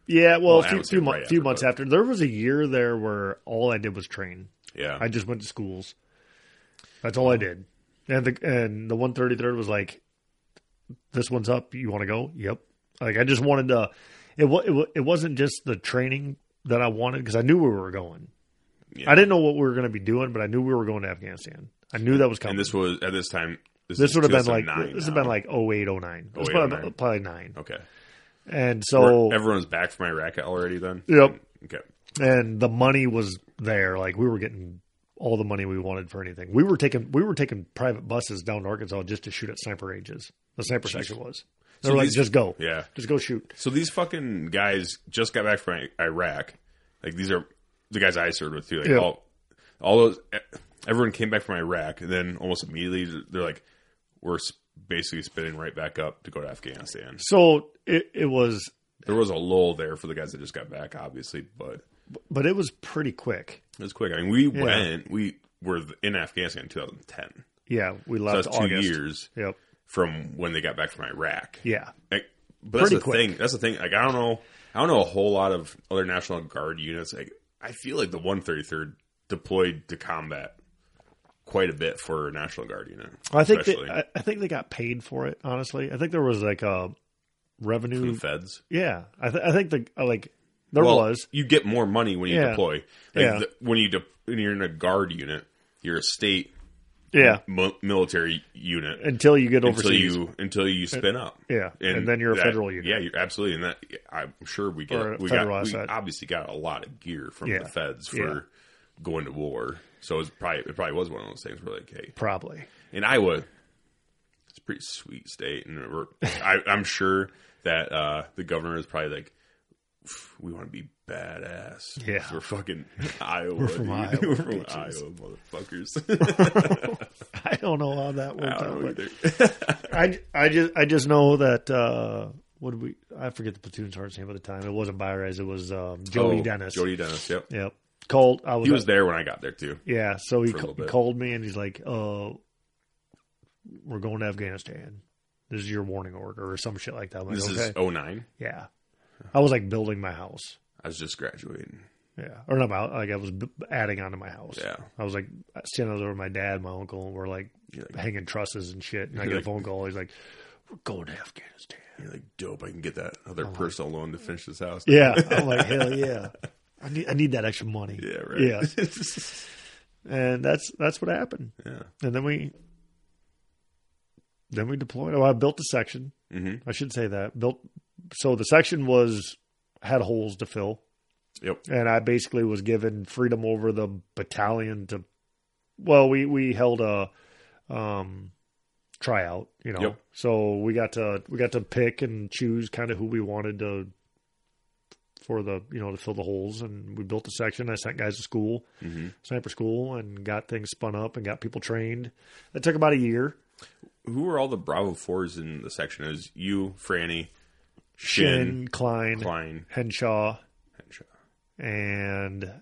S2: Yeah, well,
S1: Well,
S2: a
S1: I
S2: few,
S1: would say
S2: few, mo-
S1: right
S2: few
S1: after,
S2: months
S1: but-
S2: after, there was a year there where all I did was train.
S1: Yeah.
S2: I just went to schools. That's all I did. And the and the one thirty third was like, this one's up. You want to go? Yep. Like I just wanted to. It wa- it, wa- it wasn't just the training that I wanted because I knew where we were going.
S1: Yeah.
S2: I didn't know what we were going to be doing, but I knew we were going to Afghanistan. I knew that was coming.
S1: and this was at this time
S2: This
S1: is
S2: would have been
S1: just a
S2: like
S1: nine
S2: this would have
S1: now.
S2: been like 08, 09. It was
S1: 08,
S2: probably,
S1: 09.
S2: probably nine.
S1: okay.
S2: And
S1: So
S2: so
S1: everyone's back from Iraq already then.
S2: Yep.
S1: Okay.
S2: and the money was there. Like we were getting all the money we wanted for anything. We were taking we were taking private buses down to Arkansas just to shoot at sniper ranges. The sniper section was. They
S1: So
S2: were like,
S1: these-
S2: just go,
S1: Yeah.
S2: just go shoot.
S1: So these fucking guys just got back from I- Iraq. Like these are the guys I served with too. Like
S2: Yeah.
S1: all, all those, e- everyone came back from Iraq, and then almost immediately they're like, we're s- basically spinning right back up to go to Afghanistan.
S2: So it it was,
S1: There was a lull there for the guys that just got back, obviously, but
S2: but it was pretty quick.
S1: it was quick. I mean, we went, we were in Afghanistan in 2010.
S2: Yeah, we
S1: So
S2: left
S1: that's two
S2: August.
S1: years
S2: Yep.
S1: from when they got back from Iraq.
S2: Yeah.
S1: Like, but that's
S2: Pretty
S1: the
S2: quick.
S1: thing. That's the thing. Like I don't know. I don't know a whole lot of other National Guard units. Like I feel like the 133rd deployed to combat quite a bit for a National Guard unit.
S2: I think they,
S1: especially
S2: I, I think they got paid for it. Honestly, I think there was like a
S1: from
S2: revenue.
S1: the feds.
S2: Yeah, I, th- I think the uh, like there
S1: Well,
S2: was.
S1: You get more money when you
S2: Yeah.
S1: deploy. Like,
S2: Yeah.
S1: the- when you de- when you're in a guard unit, you're a state
S2: Yeah,
S1: mi- military unit
S2: until you get
S1: mm. until
S2: overseas.
S1: you until you spin up.
S2: yeah, and, then you're a
S1: that-
S2: federal unit.
S1: Yeah, you're absolutely. And that I'm sure we
S2: Or a
S1: get we
S2: federal
S1: got we
S2: asset.
S1: obviously got a lot of gear from
S2: Yeah.
S1: the feds for
S2: Yeah.
S1: going to war. So it's probably it probably was one of those things where like, hey,
S2: Probably.
S1: in Iowa, it's a pretty sweet state, and we're, I, I'm sure that uh, the governor is probably like. We want to be badass. 'cause
S2: Yeah.
S1: we're fucking Iowa.
S2: We're from
S1: dude.
S2: Iowa,
S1: We're from Iowa, motherfuckers.
S2: I don't know how that worked
S1: I
S2: out.
S1: don't know
S2: but
S1: either.
S2: I, I just I just know that uh, what did we I forget the platoon sergeant's name at the time. It wasn't Byres. It was um, Jody
S1: Oh,
S2: Dennis.
S1: Jody Dennis. Yep.
S2: Yep. Called. I was.
S1: He was there when I got there too.
S2: yeah. So he
S1: for a
S2: ca-
S1: little bit.
S2: called me and he's like, "Uh, we're going to Afghanistan. This is your warning order or some shit like that." I'm like,
S1: This
S2: okay.
S1: is 09.
S2: yeah. I was like building my house.
S1: I was just graduating.
S2: Yeah. Or not my like I was b- adding onto my house.
S1: Yeah.
S2: I was like standing over my dad, my uncle, and we're like
S1: You're like,
S2: hanging trusses and shit. And I get a
S1: Like-
S2: phone call. He's like, "We're going to Afghanistan."
S1: you're like, dope. I can get that other personal loan to finish this house.
S2: Uh-huh. Yeah, I'm like, hell yeah, I need I need that extra money.
S1: Yeah, right.
S2: Yeah, and that's that's what happened.
S1: yeah.
S2: And then we then we deployed. Oh, I built a section.
S1: hmm
S2: I should say that built. So the section was had holes to fill,
S1: Yep.
S2: and I basically was given freedom over the battalion to. Well, we we held a um, tryout, you know.
S1: Yep.
S2: So we got to we got to pick and choose kind of who we wanted to for the you know to fill the holes, and we built a section. I sent guys to school,
S1: Mhm.
S2: sniper school, and got things spun up and got people trained. That took about a year.
S1: Who were all the Bravo fours in the section? Is you, Franny, Shin,
S2: Shin, Klein,
S1: Klein,
S2: Henshaw,
S1: Henshaw.
S2: and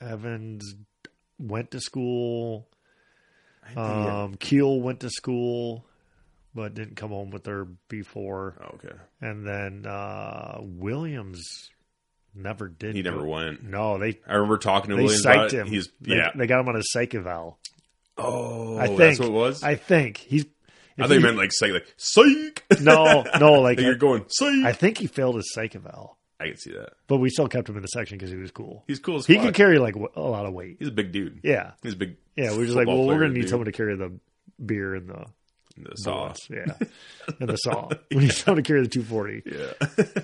S2: Evans went to school. Um, Keel went to school, but didn't come home with her before.
S1: Oh, okay.
S2: And then uh, Williams never did.
S1: He never
S2: go-
S1: went.
S2: No, they
S1: I remember talking to
S2: they
S1: Williams
S2: psyched
S1: about it.
S2: him.
S1: He's
S2: they,
S1: yeah.
S2: they got him on a psych eval.
S1: oh,
S2: I think
S1: that's what it was. I,
S2: I think he's.
S1: thought you meant like psych, like psych.
S2: no, no. Like
S1: Like you're going psych.
S2: I
S1: I,
S2: think he failed his psych eval,
S1: can see that.
S2: but we still kept him in the section because he was cool.
S1: He's cool as
S2: He
S1: fuck.
S2: could carry like w- a lot of weight.
S1: He's a big dude.
S2: Yeah,
S1: He's a big.
S2: yeah. We were just like,
S1: football
S2: well, we're
S1: player,
S2: gonna need
S1: dude.
S2: someone to carry the beer and the
S1: The saw.
S2: bullets. Yeah, and the saw. We need someone to carry the two forty.
S1: Yeah.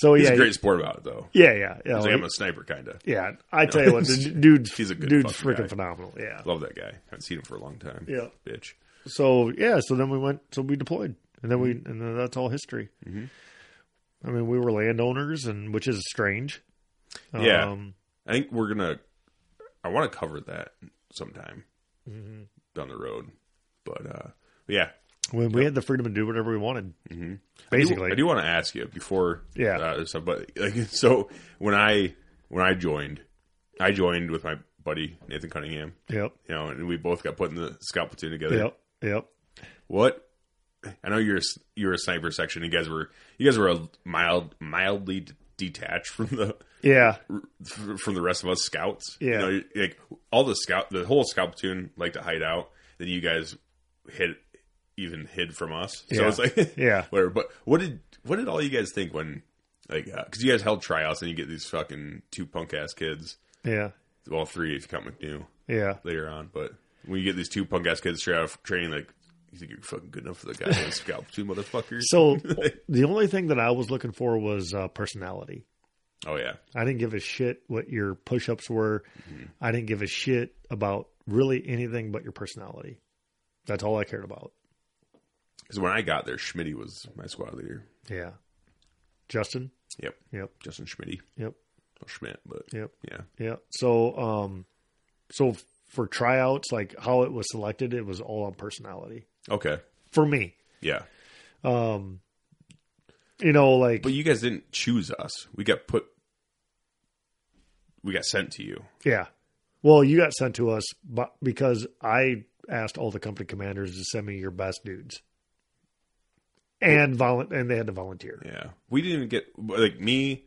S2: So
S1: He's
S2: yeah, Oh,
S1: a great sport about it though.
S2: yeah, yeah, yeah.
S1: He's
S2: like-
S1: like, I'm a sniper, kind of.
S2: Yeah, I tell you what, the d- dude's
S1: He's a good
S2: dude's
S1: fucking
S2: freaking
S1: guy.
S2: phenomenal. Yeah.
S1: Love that guy. Haven't seen him for a long time.
S2: Yeah.
S1: bitch.
S2: So yeah, so then we went, so we deployed, and then we,
S1: Mm-hmm.
S2: and then that's all history. I mean, we were landowners, and which is strange. Um,
S1: Yeah. I think we're gonna. I want to cover that sometime
S2: Mm-hmm.
S1: down the road, but uh, yeah.
S2: when we had the freedom to do whatever we wanted,
S1: Mm-hmm. I do-
S2: basically.
S1: I do want to ask you before.
S2: Yeah.
S1: Uh, so, but like, so when I when I joined, I joined with my buddy Nathan Cunningham.
S2: Yep,
S1: You know, and we both got put in the scout platoon together.
S2: yep, yep.
S1: What? I know you're a, s- you're a sniper section. You guys were you guys were a mild mildly d- detached from the
S2: Yeah,
S1: f- from the rest of us scouts.
S2: Yeah.
S1: You know, you- like all the scout, the whole scout platoon like to hide out. Then you guys hid, even hid from us.
S2: Yeah.
S1: So it's like,
S2: Yeah.
S1: whatever. But what did what did all you guys think when like because you guys held tryouts and you get these fucking two punk ass kids,
S2: yeah,
S1: well three if you count McNew
S2: yeah.
S1: later on, but when you get these two punk ass kids straight out of training, like you think you're fucking good enough for the guy to scalp two motherfuckers.
S2: So the only thing that I was looking for was uh, personality.
S1: oh yeah,
S2: I didn't give a shit what your push-ups were. I didn't give a shit about really anything but your personality. That's all I cared about.
S1: because when I got there, Schmitty was my squad leader.
S2: Yeah. Justin.
S1: Yep,
S2: Yep.
S1: Justin Schmitty,
S2: Yep.
S1: not Schmidt, but
S2: Yep.
S1: yeah,
S2: Yeah. So, um, so for tryouts, like how it was selected, it was all on personality
S1: okay,
S2: for me.
S1: yeah.
S2: Um, you know, like
S1: But you guys didn't choose us. We got put. We got sent to you.
S2: yeah. Well, you got sent to us, but because I asked all the company commanders to send me your best dudes, and volu- and they had to volunteer.
S1: Yeah, we didn't even get like me,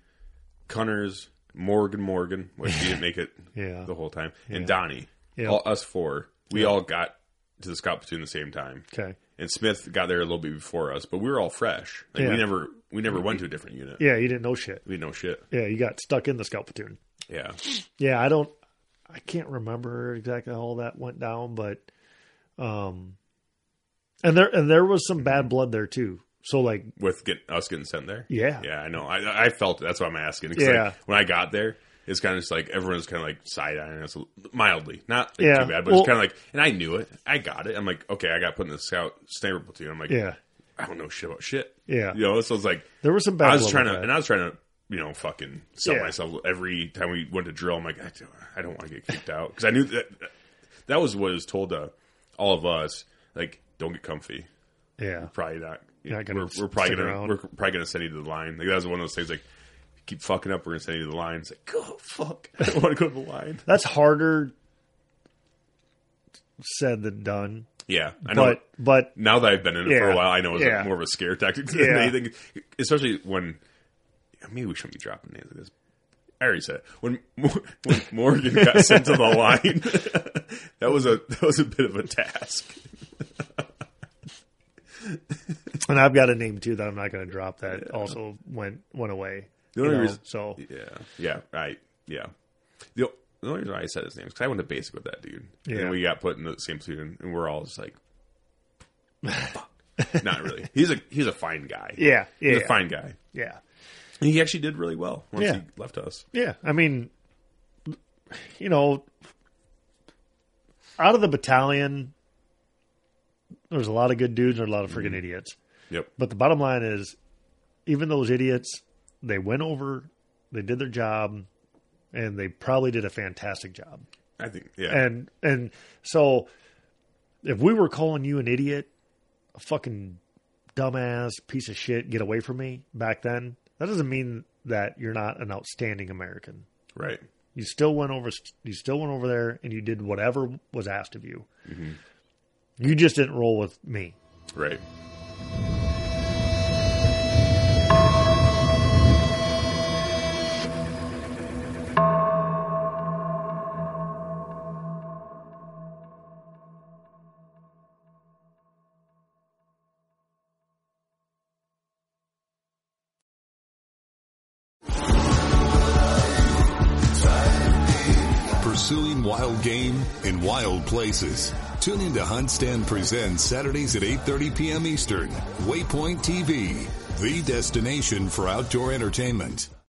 S1: Cunners, Morgan, Morgan, which he didn't make it
S2: Yeah.
S1: the whole time, and Donnie.
S2: Yeah.
S1: All us four, we all got to the scout platoon the same time,
S2: Okay.
S1: and Smith got there a little bit before us, but we were all fresh. Like
S2: Yeah. Mm-hmm.
S1: we never, we never went to a different unit.
S2: Yeah, you didn't know shit.
S1: We know shit.
S2: Yeah, you got stuck in the scout platoon.
S1: Yeah,
S2: Yeah, I don't I can't remember exactly how all that went down, but um and there and there was some bad blood there too. So like
S1: with get, us getting sent there.
S2: yeah.
S1: Yeah, I know. I I felt it. That's why I'm asking. 'Cause,
S2: Yeah.
S1: like, when I got there, it's kind of just like everyone's kind of like side eyeing us mildly, not like,
S2: Yeah.
S1: too bad, but
S2: Well-
S1: it's kind of like. And I knew it. I got it. I'm like, okay, I got put in the scout sniper platoon. I'm like,
S2: Yeah.
S1: I don't know shit about shit.
S2: Yeah.
S1: You know, so it's like
S2: There was some bad
S1: I was
S2: blood
S1: trying
S2: with
S1: to,
S2: that.
S1: and I was trying to, you know, fucking sell
S2: Yeah.
S1: myself every time we went to drill. I'm like, I don't, I don't want to get kicked out because I knew that that was what was told to all of us. Like, don't get comfy
S2: Yeah.
S1: probably not.
S2: You're not gonna
S1: we're, we're
S2: stick
S1: probably gonna
S2: around.
S1: we're probably gonna send you to the line. Like that was one of those things. Like keep fucking up, we're gonna send you to the line. It's like go fuck. I don't want to go to the line.
S2: That's harder said than done.
S1: Yeah, I know.
S2: But but
S1: now that I've been in it for
S2: Yeah.
S1: a while, I know it's
S2: Yeah.
S1: more of a scare tactic than
S2: Yeah.
S1: anything. Especially when maybe we shouldn't be dropping names like this. I already said it. when Mor- when Morgan got sent to the line, that was a that was a bit of a task.
S2: and I've got a name too that I'm not gonna drop that also went went away.
S1: The
S2: you
S1: only
S2: know,
S1: reason-
S2: so
S1: Yeah, yeah, right. Yeah. The, the only reason why I said his name is because I went to basic with that dude, and
S2: Yeah.
S1: then we got put in the same platoon, and we're all just like, "Fuck, not really." He's a he's a fine guy.
S2: yeah, yeah,
S1: he's a fine guy.
S2: yeah.
S1: And he actually did really well once
S2: Yeah.
S1: he left us.
S2: Yeah, I mean, you know, out of the battalion, there's a lot of good dudes and a lot
S1: Mm-hmm.
S2: of freaking idiots.
S1: Yep.
S2: But the bottom line is, even those idiots, they went over, they did their job, and they probably did a fantastic job.
S1: I think. Yeah.
S2: And and so, if we were calling you an idiot, a fucking dumbass piece of shit, get away from me back then, that doesn't mean that you're not an outstanding American
S1: right.
S2: you still went over you still went over there and you did whatever was asked of you you just didn't roll with me
S1: Right.
S5: Pursuing wild game in wild places. Tune in to Hunt Stand Presents Saturdays at 8.30 p.m. Eastern. Waypoint TV, the destination for outdoor entertainment.